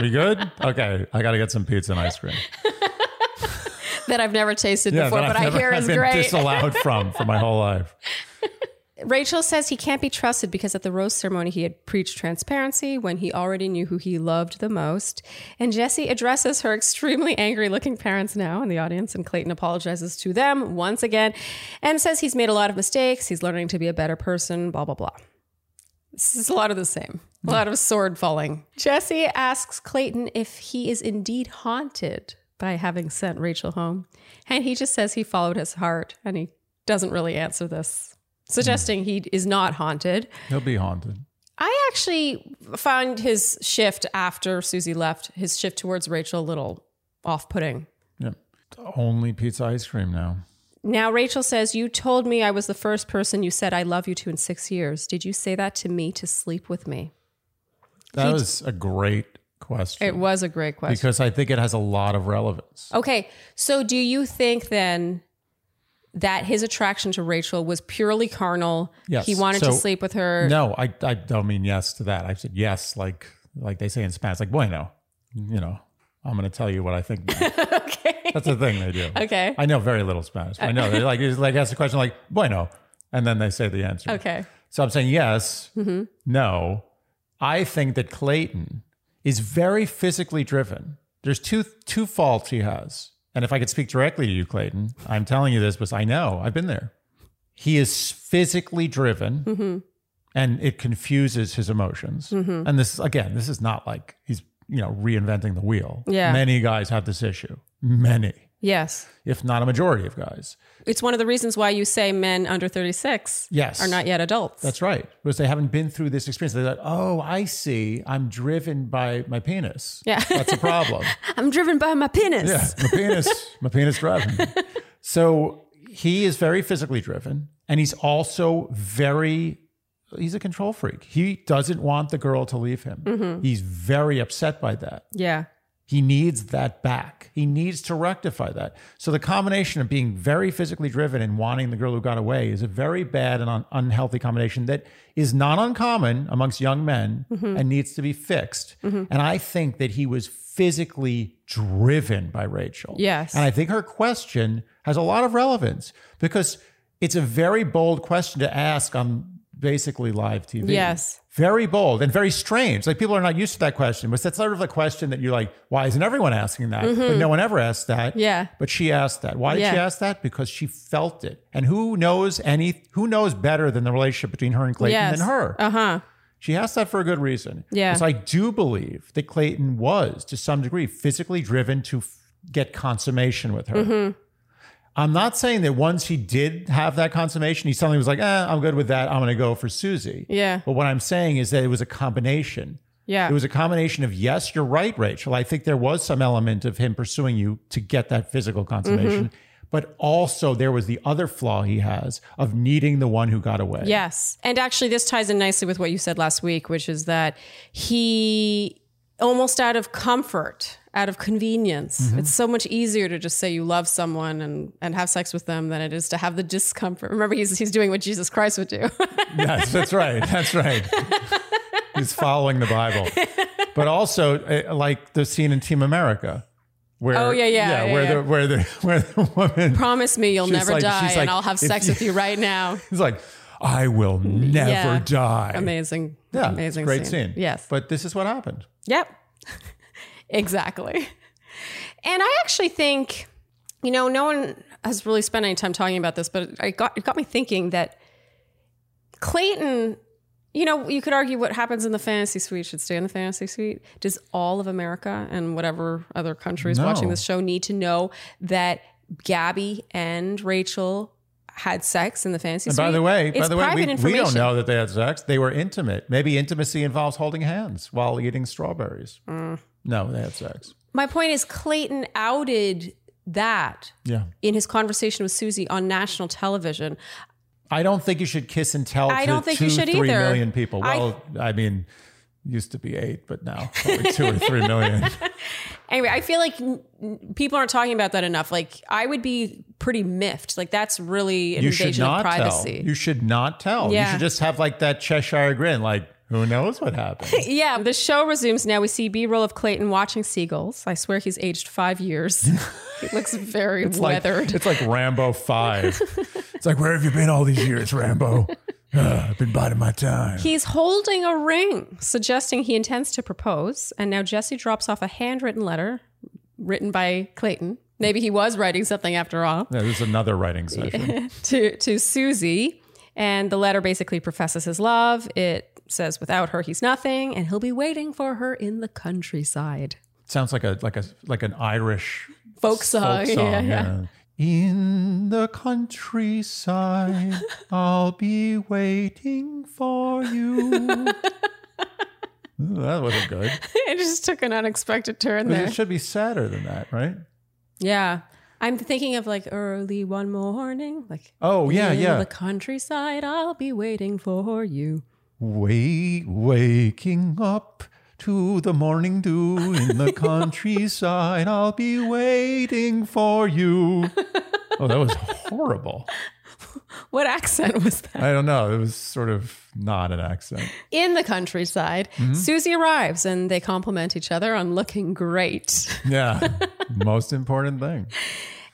A: We good? Okay, I got to get some pizza and ice cream.
C: that I've never tasted before,
A: that
C: but
A: I've
C: I
A: never-
C: hear
A: I've
C: is
A: been
C: great.
A: disallowed from for my whole life.
C: Rachel says he can't be trusted because at the rose ceremony he had preached transparency when he already knew who he loved the most. And Jesse addresses her extremely angry looking parents now in the audience, and Clayton apologizes to them once again and says he's made a lot of mistakes, he's learning to be a better person, blah, blah, blah. This is a lot of the same, a lot of sword falling. Jesse asks Clayton if he is indeed haunted by having sent Rachel home. And he just says he followed his heart and he doesn't really answer this, suggesting he is not haunted.
A: He'll be haunted.
C: I actually found his shift after Susie left, his shift towards Rachel a little off putting.
A: Yeah. Only pizza ice cream now.
C: Now, Rachel says, You told me I was the first person you said I love you to in six years. Did you say that to me to sleep with me?
A: That was a great question.
C: It was a great question.
A: because I think it has a lot of relevance.
C: Okay. So do you think then that his attraction to Rachel was purely carnal?
A: Yes.
C: He wanted to
A: So-
C: sleep with her.
A: No, I, I don't mean yes to that. I said yes, like like they say in Spanish, like bueno. You know, I'm going to tell you what I think. now.
C: okay.
A: That's the thing they do.
C: Okay.
A: I know very little Spanish. but I know they like it's like ask the question like bueno, and then they say the answer.
C: Okay.
A: So I'm saying yes,
C: Mm-hmm.
A: no. I think that Clayton is very physically driven. There's two two faults he has. And if I could speak directly to you, Clayton, I'm telling you this because I know I've been there. He is physically driven
C: Mm-hmm.
A: and it confuses his emotions. And this again, this is not like he's, you know, reinventing the wheel.
C: Yeah.
A: Many guys have this issue. Many,
C: Yes.
A: if not a majority of guys.
C: It's one of the reasons why you say men under 36
A: Yes.
C: are not yet adults.
A: That's right. Because they haven't been through this experience. They're like, oh, I see. I'm driven by my penis.
C: Yeah.
A: That's a problem.
C: I'm driven by my penis.
A: yeah. My penis, my penis driving. me. So he is very physically driven and he's also very, he's a control freak. He doesn't want the girl to leave him. He's very upset by that.
C: Yeah.
A: He needs that back. He needs to rectify that. So the combination of being very physically driven and wanting the girl who got away is a very bad and un- unhealthy combination that is not uncommon amongst young men
C: Mm-hmm.
A: and needs to be fixed. And I think that he was physically driven by Rachel.
C: Yes.
A: And I think her question has a lot of relevance because it's a very bold question to ask on basically live TV.
C: Yes.
A: Very bold and very strange. Like people are not used to that question, but that's sort of a question that you're like, why isn't everyone asking that? But no one ever asked that.
C: Mm-hmm. Yeah.
A: But she asked that. Why did she
C: Yeah.
A: ask that? Because she felt it. And who knows any who knows better than the relationship between her and Clayton
C: Yes.
A: than her?
C: Uh huh.
A: She asked that for a good reason.
C: Yeah.
A: Because I do believe that Clayton was, to some degree, physically driven to f- get consummation with her.
C: Mm-hmm.
A: I'm not saying that once he did have that consummation, he suddenly was like, eh, I'm good with that. I'm going to go for Susie.
C: Yeah.
A: But what I'm saying is that it was a combination.
C: Yeah.
A: It was a combination of, yes, you're right, Rachel. I think there was some element of him pursuing you to get that physical consummation.
C: Mm-hmm.
A: But also, there was the other flaw he has of needing the one who got away.
C: Yes. And actually, this ties in nicely with what you said last week, which is that he almost out of comfort, out of convenience.
A: Mm-hmm.
C: It's so much easier to just say you love someone and, and have sex with them than it is to have the discomfort. Remember, he's, he's doing what Jesus Christ would do.
A: yes, that's right. That's right. He's following the Bible, but also uh, like the scene in Team America, where
C: Oh, yeah, yeah, yeah,
A: where
C: yeah.
A: the where the where the woman
C: Promise me you'll
A: She's
C: never
A: like-
C: die
A: she's
C: and
A: like,
C: I'll have
A: if
C: sex
A: you-
C: with you right now.
A: is like, I will never
C: Yeah.
A: die.
C: Amazing.
A: Yeah, it's a
C: amazing
A: great scene.
C: Yes.
A: but this is what happened.
C: Yep. exactly. And I actually think, you know, no one has really spent any time talking about this, but it got, it got me thinking that Clayton, you know, you could argue what happens in the fantasy suite should stay in the fantasy suite. Does all of America and whatever other countries
A: No.
C: watching this show need to know that Gabby and Rachel had sex in the fantasy
A: And
C: suite?
A: by the way, by
C: It's
A: the way,
C: private
A: we, we
C: information.
A: don't know that they had sex. They were intimate. Maybe intimacy involves holding hands while eating strawberries.
C: Mm.
A: No, they had sex.
C: My point is, Clayton outed that
A: Yeah,
C: in his conversation with Susie on national television.
A: I don't think you should kiss and tell.
C: I
A: to
C: don't think you
A: two,
C: should
A: three
C: either.
A: million people.
C: I-
A: Well, I, mean, used to be eight, but now probably two or three million.
C: Anyway, I feel like n- n- people aren't talking about that enough. Like, I would be pretty miffed. Like, that's really an
A: You should
C: invasion of
A: not tell.
C: privacy.
A: You should not tell. You
C: Yeah.
A: should just have like that Cheshire grin, like who knows what happened.
C: yeah, the show resumes now. We see B roll of Clayton watching seagulls. I swear he's aged five years. he looks very
A: It's like
C: weathered.
A: it's like Rambo Five. it's like where have you been all these years, Rambo? Uh, I've been biding my time.
C: He's holding a ring, suggesting he intends to propose. And now Jesse drops off a handwritten letter written by Clayton. Maybe he was writing something after all.
A: Yeah, this is another writing session.
C: to to Susie, and the letter basically professes his love. It says, "Without her, he's nothing, and he'll be waiting for her in the countryside."
A: Sounds like a like a like an Irish
C: Folk song,
A: folk
C: yeah, yeah.
A: yeah. In the countryside, I'll be waiting for you. Ooh, that wasn't good.
C: it just took an unexpected turn
A: But
C: there.
A: It should be sadder than that, right?
C: Yeah, I'm thinking of like early one morning, like
A: Oh, yeah,
C: "In
A: yeah.
C: the countryside. I'll be waiting for you.
A: Wait, waking up to the morning dew in the countryside, I'll be waiting for you. Oh, that was horrible.
C: What accent was that?
A: I don't know. It was sort of not an accent.
C: In the countryside, Susie arrives and they compliment each other on looking great.
A: Yeah. Most important thing.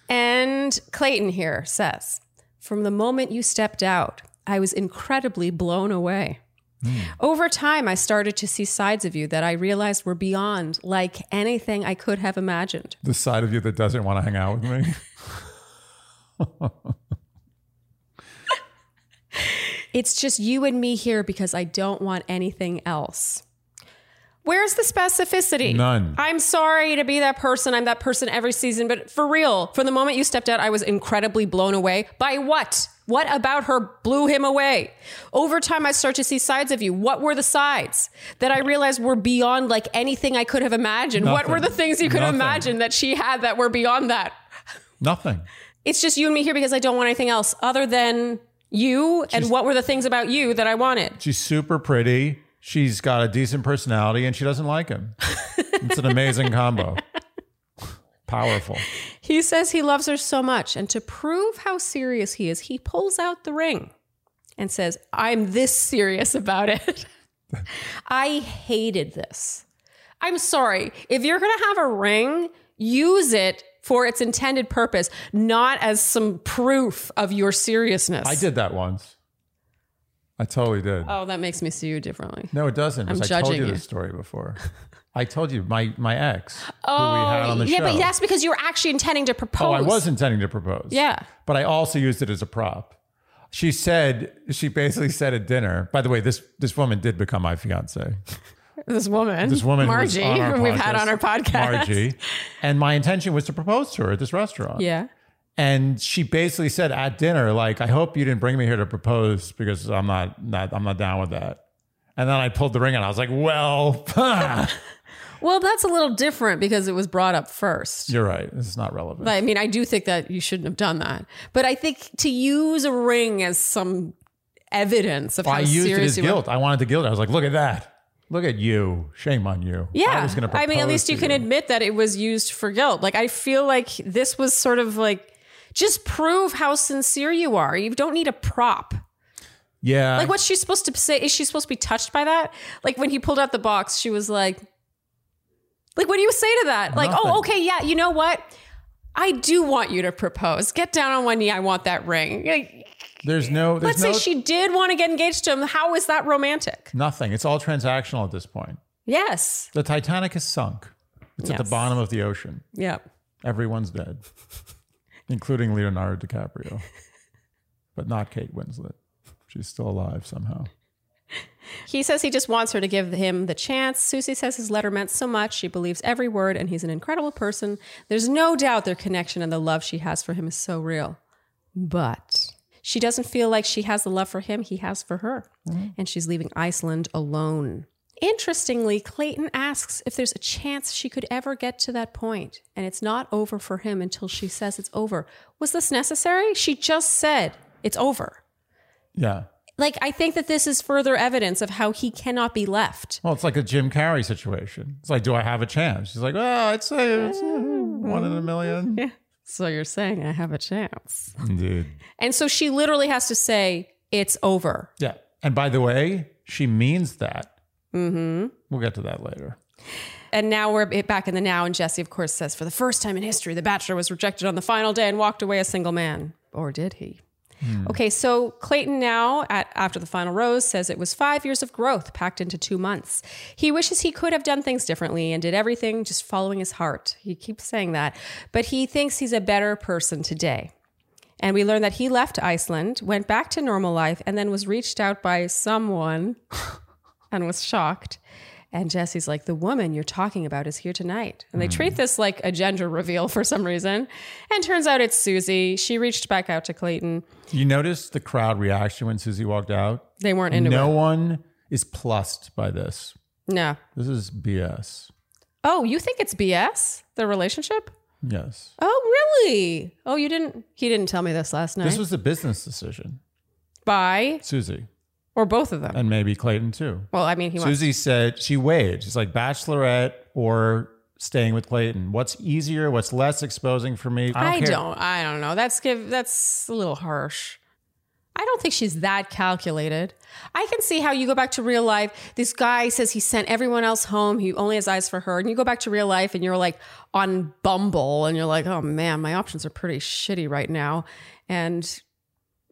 C: And Clayton here says, From the moment you stepped out, I was incredibly blown away. Over time, I started to see sides of you that I realized were beyond like anything I could have imagined.
A: The side of you that doesn't want to hang out with me.
C: It's just you and me here because I don't want anything else. Where's the specificity?
A: None.
C: I'm sorry to be that person. I'm that person every season, but for real, from the moment you stepped out, I was incredibly blown away by what? What about her blew him away? Over time, I start to see sides of you. What were the sides that I realized were beyond like anything I could have imagined? What
A: Nothing.
C: were the things you could
A: Nothing.
C: imagine that she had that were beyond that?
A: Nothing.
C: It's just you and me here because I don't want anything else other than you. and what were the things about you that I wanted?
A: She's super pretty. She's got a decent personality and she doesn't like him. It's an amazing combo. Powerful.
C: He says he loves her so much, and to prove how serious he is, he pulls out the ring and says, I'm this serious about it. I hated this. I'm sorry. If you're going to have a ring, use it for its intended purpose, not as some proof of your seriousness.
A: I did that once. I totally did.
C: Oh, that makes me see you differently.
A: No, it doesn't.
C: I'm
A: because I told
C: judging
A: you
C: you.
A: this stostory before. I told you my my ex
C: Oh,
A: who we had on the
B: yeah,
A: show.
B: but that's because you were actually intending to propose.
A: Oh, I was intending to propose.
C: Yeah.
A: But I also used it as a prop. She said, she basically said at dinner, by the way, this this woman duld become my fiance.
C: This woman,
A: This woman who was
C: Margie,
A: on our
C: who we've had
A: podcast,
C: on our podcast.
A: Margie. And my intention was to propose to her at this restaurant.
C: Yeah.
A: And she basically said at dinner, like, I hope you didn't bring me here to propose because I'm not not I'm not down with that. And then I pulled the ring out. I was like, well,
C: Well, that's a little different because it was brought up first.
A: you're right. This is not relevant.
C: But I mean, I do think that you shouldn't have done that. But I think to use a ring as some evidence of
A: Well,
C: how
A: I used it
C: serious
A: as
C: you
A: guilt. I wanted to guilt. her. I was like, look at that. Look at you. Shame on you.
C: were.
A: I was going
C: Yeah.
A: to
C: I, mean, at least you can admit that it was used for guilt. Like, I feel like this was sort of like just prove how sincere you are. You don't need a prop.
A: Yeah.
C: Like, what's she supposed to say? Is she supposed to be touched by that? Like, when he pulled out the box, she was like, like, what do you say to that? Like,
A: Nothing.
C: oh, okay, yeah, you know what? I do want you to propose. Get down on one knee. I want that ring. Like,
A: there's no, there's
C: let's
A: no,
C: say she did want to get engaged to him. How is that romantic?
A: nothing. It's all transactional at this point.
C: Yes.
A: The Titanic has sunk. It's at the
C: Yes.
A: bottom of the ocean.
C: Yeah.
A: Everyone's dead, including Leonardo DiCaprio, but not Kate Winslet. She's still alive somehow.
C: He says he just wants her to give him the chance. Susie says his letter meant so much. She believes every word, and he's an incredible person. There's no doubt their connection and the love she has for him is so real. But she doesn't feel like she has the love for him he has for her. And she's leaving Iceland alone. Interestingly, Clayton asks if there's a chance she could ever get to that point, and it's not over for him until she says it's over. Was this necessary? She just said it's over
A: Yeah.
C: like I think that this is further evidence of how he cannot be left.
A: Well, it's like a Jim Carrey situation. It's like, do I have a chance? She's like, well, I'd say it's uh, one in a million.
C: So you're saying I have a chance.
A: Indeed.
C: And so she literally has to say it's over.
A: Yeah. And by the way, she means that. Mm-hmm. We'll get to that later.
C: And now we're back in the now and Jesse of course says for the first time in history the bachelor was rejected on the final day and walked away a single man. Or did he? Okay, so Clayton now, at, after the final rose, says it was five years of growth packed into two months. He wishes he could have done things differently and did everything just following his heart. He keeps saying that, but he thinks he's a better person today. And we learn that he left Iceland, went back to normal life, and then was reached out by someone and was shocked. And Jesse's like, the woman you're talking about is here tonight. And they
A: Hmm.
C: treat this like a gender reveal for some reason. And turns out it's Susie. She reached back out to Clayton.
A: You notice the crowd reaction when Susie walked out?
C: They weren't into
A: no
C: it.
A: one is plussed by this.
C: No.
A: This is BS.
C: Oh, you think it's BS, the relationship?
A: Yes.
C: Oh, really? Oh, you didn't? He didn't tell me this last night.
A: This was a business decision,
C: by
A: Susie,
C: or both of them.
A: and maybe Clayton too.
C: Well, I mean, he wants.
A: Susie said she weighed. She's like bachelorette or staying with Clayton. What's easier? What's less exposing for me?
C: I
A: care.
C: don't. I don't know. That's give. That's a little harsh. I don't think she's that calculated. I can see how you go back to real life. This guy says he sent everyone else home. He only has eyes for her. And you go back to real life and you're like on Bumble and you're like, oh man, my options are pretty shitty right now. And,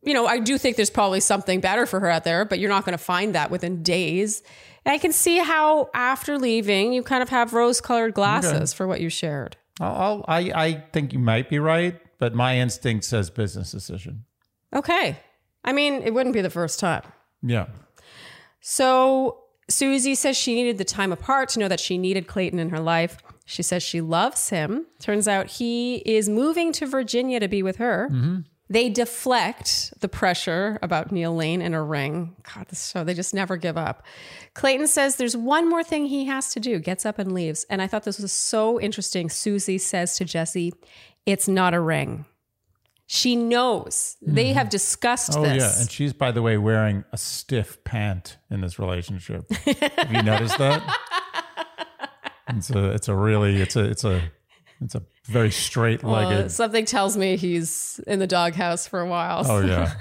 C: you know, I do think there's probably something better for her out there, but you're not going to find that within days. And I can see how after leaving, you kind of have rose colored glasses for what you shared.
A: I'll, I'll- I I think you might be right, but my instinct says business decision.
C: Okay. I mean, it wouldn't be the first time.
A: Yeah.
C: So Susie says she needed the time apart to know that she needed Clayton in her life. She says she loves him. Turns out he is moving to Virginia to be with her.
A: Mm-hmm.
C: They deflect the pressure about Neil Lane and a ring. God, this show, they just never give up. Clayton says there's one more thing he has to do, gets up and leaves. And I thought this was so interesting. Susie says to Jesse, It's not a ring. She knows. They have discussed
A: Oh
C: this.
A: yeah, and she's by the way wearing a stiff pant in this relationship. Have you noticed that? It's a it's a really it's a it's a it's a very straight
C: Uh,
A: legged.
C: something tells me he's in the doghouse for a while.
A: oh yeah,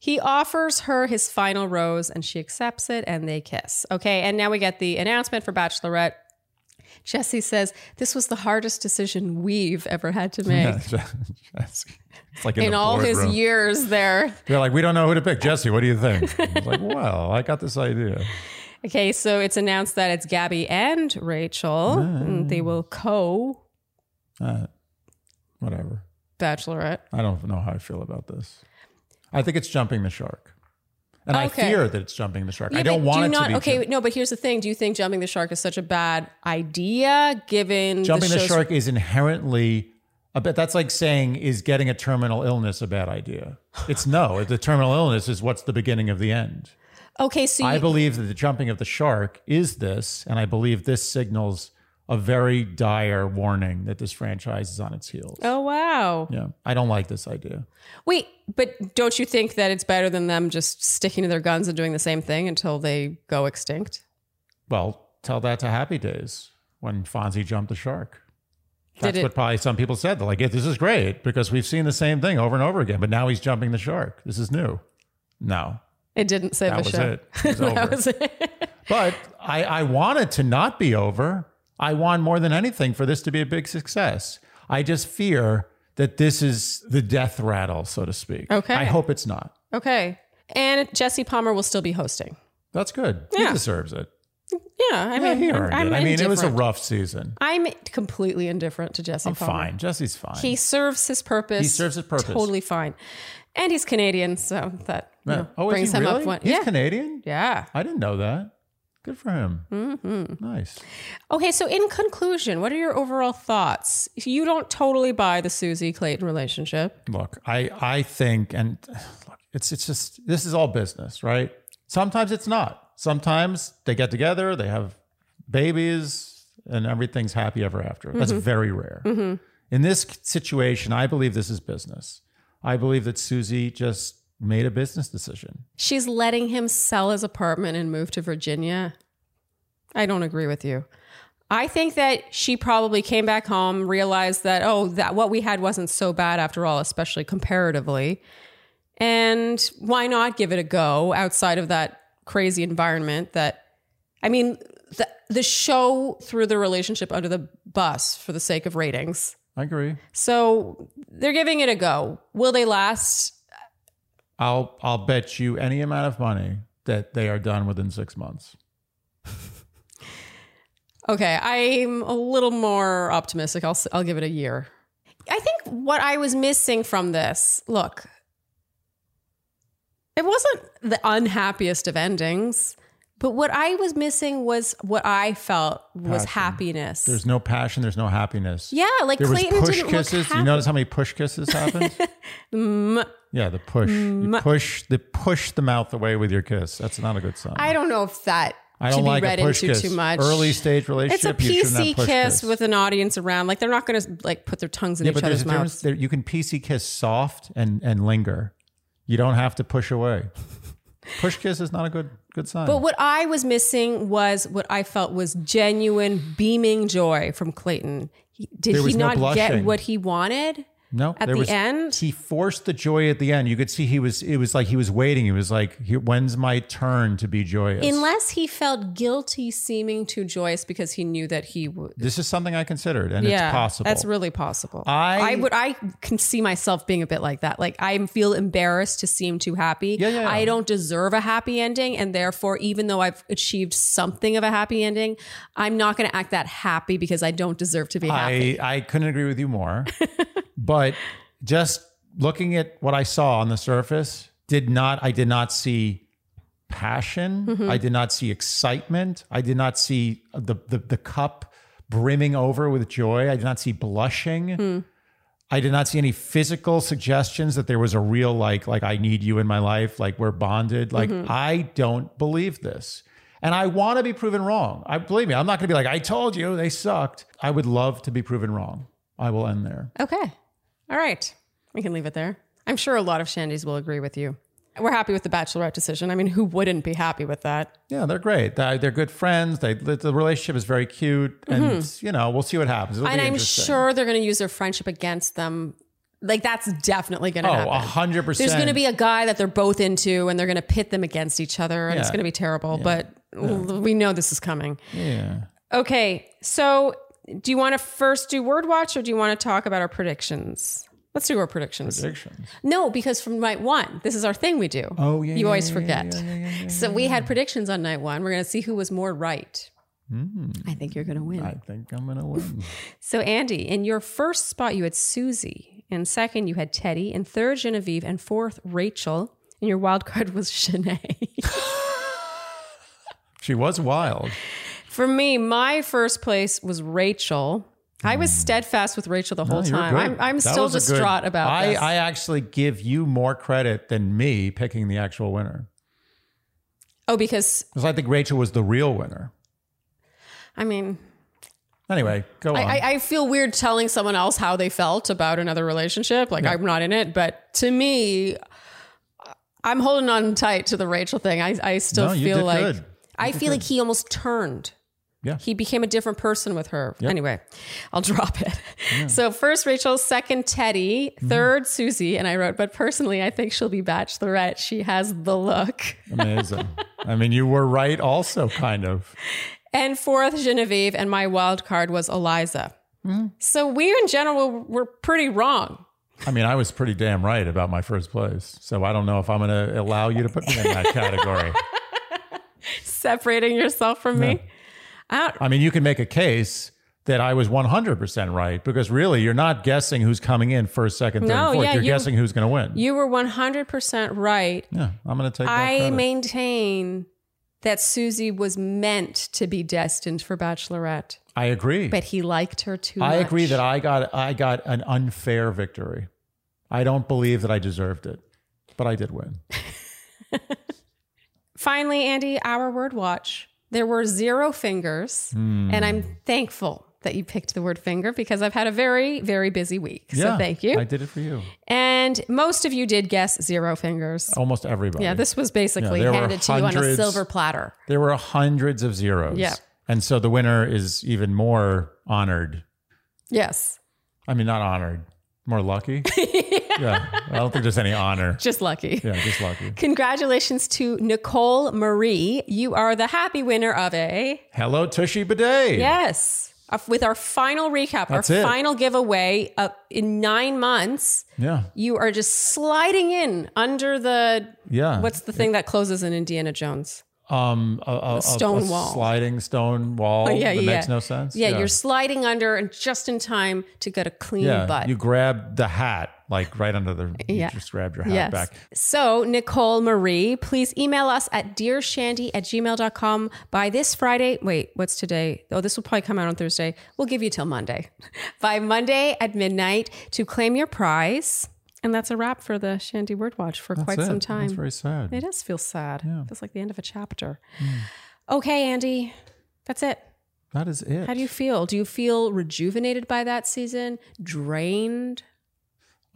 C: He offers her his final rose and she accepts it and they kiss. Okay, and now we get the announcement for Bachelorette. Jesse says, This was the hardest decision we've ever had to make
A: it's like in,
C: in
A: the
C: all his
A: boardroom.
C: years there.
A: They're like, we don't know who to pick. Jesse, what do you think? He's like, well, I got this idea.
C: Okay, so it's announced that it's Gabby and Rachel. and They will co
A: Uh, whatever.
C: Bachelorette.
A: I don't know how I feel about this. I think it's jumping the shark. And I
C: Okay.
A: fear that it's jumping the shark. I
C: Yeah,
A: don't
C: but
A: want
C: do
A: it
C: not,
A: to be
C: Okay, no, but here's the thing. Do you think jumping the shark is such a bad idea given
A: jumping the
C: show's-
A: shark is inherently a bit that's like saying is getting a terminal illness a bad idea it's no the terminal illness is what's the beginning of the end
C: Okay, so
A: i
C: you,
A: believe that the jumping of the shark is this and i believe this signals a very dire warning that this franchise is on its heels
C: Oh wow.
A: yeah i don't like this idea
C: Wait, but don't you think that it's better than them just sticking to their guns and doing the same thing until they go extinct?
A: well tell that to happy days when fonzie jumped the shark that's
C: Did it-
A: what probably some people said. They're like, yeah, this is great because we've seen the same thing over and over again, but now he's jumping the shark. This is new. No,
C: It didn't save
A: That
C: a
A: was
C: show.
A: it. It was
C: that
A: over.
C: was it.
A: But I, I want it to not be over. I want more than anything for this to be a big success. I just fear that this is the death rattle, so to speak.
C: Okay.
A: I hope it's not.
C: okay. And Jesse Palmer will still be hosting.
A: That's good.
C: Yeah.
A: He deserves it.
C: Yeah, I
A: Yeah,
C: mean,
A: he
C: I'm,
A: earned
C: I'm
A: it. I mean, it was a
C: indifferent.
A: rough season.
C: I'm completely indifferent to Jesse
A: I'm
C: Palmer.
A: fine. Jesse's fine.
C: He serves his purpose.
A: He serves his purpose.
C: Totally fine. And he's Canadian, so that you know,
A: oh,
C: brings
A: is he
C: him
A: really?
C: up one.
A: He's
C: yeah.
A: Canadian?
C: yeah.
A: I didn't know that. Good for him.
C: Mm-hmm.
A: Nice.
C: Okay, so in conclusion, what are your overall thoughts? You don't totally buy the Susie Clayton relationship.
A: Look, I I think and look, it's it's just this is all business, right? Sometimes it's not. Sometimes they get together, they have babies, and everything's happy ever after. That's very rare. In this situation, I believe this is business. I believe that Susie just made a business decision.
C: She's letting him sell his apartment and move to Virginia. I don't agree with you. I think that she probably came back home, realized that oh, that what we had wasn't so bad after all, especially comparatively. And why not give it a go outside of that crazy environment that I mean, the the show threw the relationship under the bus for the sake of ratings.
A: I agree.
C: So they're giving it a go. Will they last?
A: I'll I'll bet you any amount of money that they are done within six months.
C: Okay, I'm a little more optimistic. I'll s- I'll give it a year. I think what I was missing from this, look, it wasn't the unhappiest of endings, but what I was missing was what I felt was
A: Passion.
C: happiness.
A: There's no passion, there's no happiness.
C: yeah, like
A: There was
C: Clayton
A: push
C: didn't
A: kisses.
C: look
A: you
C: happy.
A: notice how many push kisses happened? yeah, the push. You push the push the mouth away with your kiss. That's not a good sign.
C: I don't know if that
A: I
C: should
A: don't
C: be
A: like
C: read
A: a push
C: into
A: kiss.
C: too much.
A: Early stage
C: it's a
A: relationship. you shouldn't have
C: PC
A: push
C: kiss, with an audience around. Like they're not going to like put their tongues in
A: yeah,
C: each
A: but there's
C: other's
A: a difference.
C: mouths.
A: There, you can PC kiss soft and and linger. You don't have to push away. push kiss is not a good good sign.
C: But what I was missing was what I felt was genuine beaming joy from Clayton. He- Did
A: There
C: he
A: was no
C: not get
A: blushing.
C: what he wanted?
A: No,
C: At
A: there
C: the
A: was-
C: end?
A: he forced the joy at the end. You could see he was. It was like he was waiting. He was like, "Here- "When's my turn to be joyous?"
C: Unless he felt guilty seeming too joyous because he knew that he would.
A: this is something I considered, and
C: Yeah,
A: it's possible.
C: that's really possible.
A: I-
C: would I can see myself being a bit like that. Like I feel embarrassed to seem too happy.
A: Yeah, yeah, yeah.
C: I don't deserve a happy ending, and therefore, even though I've achieved something of a happy ending, I'm not going to act that happy because I don't deserve to be happy.
A: I I couldn't agree with you more. but just looking at what I saw on the surface, did not I did not see passion.
C: Mm-hmm.
A: I did not see excitement. I did not see the the, the cup brimming over with joy. I did not see blushing.
C: Mm-hmm.
A: I did not see any physical suggestions that there was a real like like I need you in my life, like we're bonded. Like
C: Mm-hmm.
A: I don't believe this. And I want to be proven wrong. I believe me, I'm not going to be like I told you they sucked. I would love to be proven wrong. I will end there.
C: okay, all right, we can leave it there. I'm sure a lot of Shandys will agree with you. We're happy with the Bachelorette decision. I mean, who wouldn't be happy with that?
A: Yeah, they're great. They- They're good friends. They the the relationship is very cute and you know, we'll see what happens. It'll
C: Mm-hmm. And
A: be
C: I'm
A: interesting.
C: sure they're going to use their friendship against them. Like that's definitely going to happen.
A: Oh, 100%.
C: There's going to be a guy that they're both into, and they're going to pit them against each other, and it's
A: Yeah.
C: going to be terrible. But we know this is coming.
A: Yeah.
C: Okay, so do you want to first do word watch or do you want to talk about our predictions? Let's do our predictions.
A: Predictions.
C: No, because from night one, this is our thing we do.
A: Oh, yeah,
C: You
A: yeah,
C: always
A: yeah,
C: forget.
A: yeah, yeah, yeah, yeah,
C: so we had predictions on night one. We're going to see who was more right.
A: Hmm.
C: I think you're going to win.
A: I think I'm gonna win.
C: So, Andy, in your first spot, you had Susie. In second, you had Teddy. In third, Genevieve. And fourth, Rachel. And your wild card was Shanae.
A: she was wild.
C: For me, my first place was Rachel. I was steadfast with Rachel the whole
A: Hmm. No, Oh, you're
C: time.
A: good.
C: I'm, I'm
A: That
C: still
A: was a good-
C: distraught about
A: I,
C: this.
A: I actually give you more credit than me picking the actual winner.
C: oh, because
A: Because I think Rachel was the real winner.
C: I mean,
A: Anyway, go on.
C: I, I, I feel weird telling someone else how they felt about another relationship. Like I'm not in it, but to me, I'm holding on tight to the Rachel thing. I, I still
A: No, you
C: feel
A: did
C: like
A: good.
C: I feel like he almost turned.
A: Yeah.
C: He became a different person with her. Anyway, I'll drop it. So first Rachel, second Teddy,
A: Mm-hmm.
C: 3rd Susie, and I wrote, but personally I think she'll be bachelorette. She has the look.
A: Amazing. I mean, you were right also, kind of.
C: And fourth, Genevieve, and my wild card was Eliza.
A: Mm.
C: So we in general were pretty wrong.
A: I mean, I was pretty damn right about my first place. So I don't know if I'm going to allow you to put me in that category.
C: separating yourself from me. I don't,
A: I mean, you can make a case that I was 100% right because really you're not guessing who's coming in first, second, third,
C: No,
A: and fourth.
C: yeah,
A: you're
C: you-
A: guessing who's going to win.
C: you were 100% right.
A: yeah, I'm going to take that.
C: I
A: credit.
C: maintain that Susie was meant to be destined for Bachelorette,
A: I agree.
C: but he liked her too
A: I
C: much.
A: agree that I got I got an unfair victory. I don't believe that I deserved it, but I did win.
C: Finally, Andy, our word watch. There were zero fingers,
A: Hmm. Mm.
C: and I'm thankful that you picked the word finger because I've had a very, very busy week. so thank you.
A: I did it for you.
C: and most of you did guess zero fingers.
A: Almost everybody.
C: yeah, this was basically
A: there were
C: handed to you on a
A: hundreds.
C: silver platter.
A: There were hundreds of zeros.
C: Yeah.
A: And so the winner is even more honored.
C: Yes.
A: I mean, not honored, more lucky. yeah. I don't think there's any honor.
C: Just lucky.
A: Yeah, just lucky.
C: Congratulations to Nicole Marie. You are the happy winner of a
A: Hello, Tushy Bidet.
C: yes. Of- With our final recap,
A: That's
C: our
A: it.
C: final giveaway uh, in nine months,
A: Yeah.
C: you are just sliding in under the
A: Yeah.
C: what's the thing that closes in Indiana Jones?
A: um a, a- a-
C: stone
A: a
C: wall.
A: sliding stone wall?
C: yeah,
A: Oh, that
C: yeah.
A: makes no sense.
C: Yeah, you're sliding under and just in time to get a clean
A: yeah,
C: butt.
A: you grab the hat like right under the.
C: Yeah.
A: You just grabbed your hat
C: yes.
A: back.
C: So, Nicole Marie, please email us at dearshandy at gmail.com by this Friday. Wait, what's today? Oh, this will probably come out on Thursday. We'll give you till Monday. by Monday at midnight to claim your prize. And that's a wrap for the Shandy Word Watch for quite
A: That's it.
C: some
A: That's
C: time.
A: very sad.
C: it does feel sad. Feels like the end of a chapter.
A: Hmm.
C: Okay, Andy, that's it.
A: That is it.
C: How do you feel? Do you feel rejuvenated by that season? Drained?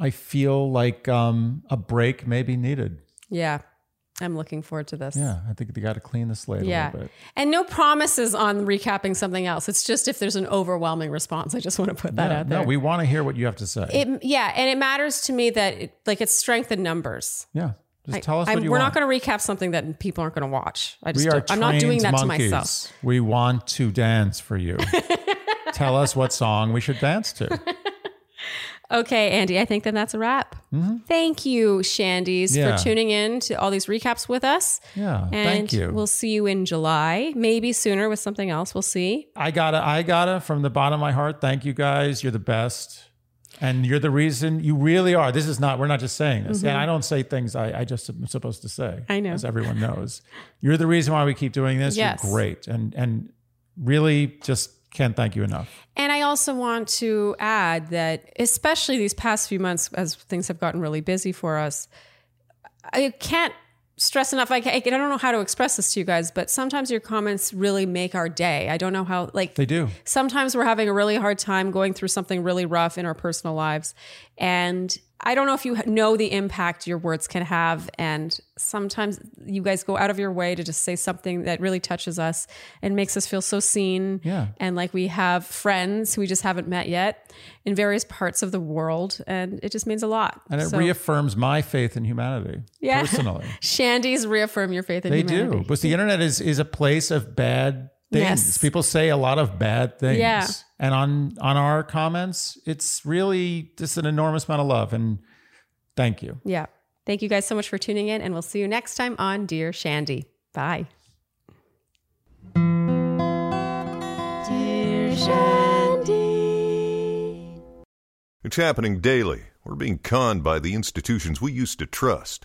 A: I feel like um a break may be needed.
C: Yeah. I'm looking forward to this.
A: Yeah, I think they got to clean the slate a
C: Yeah.
A: little bit.
C: And no promises on recapping something else. It's just if there's an overwhelming response. I just want to put that
A: Yeah,
C: out there.
A: No, we want to hear what you have to say.
C: it, yeah, and it matters to me that it, like it's strength in numbers.
A: yeah, just
C: I-
A: tell us
C: I'm-
A: what you
C: we're
A: want.
C: not going to recap something that people aren't going to watch. I just
A: we are.
C: don't- I'm not doing
A: trained
C: that
A: monkeys.
C: to myself.
A: We want to dance for you. tell us what song we should dance to.
C: Okay, Andy, I think then that's a wrap. Thank you, Shandies,
A: Mm-hmm. Yeah.
C: for tuning in to all these recaps with us.
A: Yeah,
C: And
A: thank you.
C: we'll see you in July, maybe sooner with something else. We'll see.
A: I gotta, I gotta, from the bottom of my heart, thank you guys. You're the best. And you're the reason you really are. This is not, we're not just saying this. And I don't say things I, I just am supposed to say.
C: Mm-hmm. I know.
A: As everyone knows. You're the reason why we keep doing this.
C: Yes.
A: You're great. And and really just can't thank you enough.
C: And I also want to add that, especially these past few months, as things have gotten really busy for us, I can't stress enough. I, ca- I don't know how to express this to you guys, but sometimes your comments really make our day. I don't know how, like,
A: They do.
C: sometimes we're having a really hard time going through something really rough in our personal lives. And I don't know if you know the impact your words can have. And sometimes you guys go out of your way to just say something that really touches us and makes us feel so seen.
A: Yeah.
C: And like we have friends who we just haven't met yet in various parts of the world. And it just means a lot.
A: And it
C: So,
A: reaffirms my faith in humanity.
C: Yeah.
A: Personally.
C: Shandies reaffirm your faith in
A: They do.
C: humanity.
A: Because the internet is is a place of bad things.
C: Yes.
A: People say a lot of bad things.
C: Yeah.
A: And on on our comments, it's really just an enormous amount of love. And thank you.
C: Yeah. Thank you guys so much for tuning in, and we'll see you next time on Dear Shandy. Bye.
D: It's happening daily. We're being conned by the institutions we used to trust.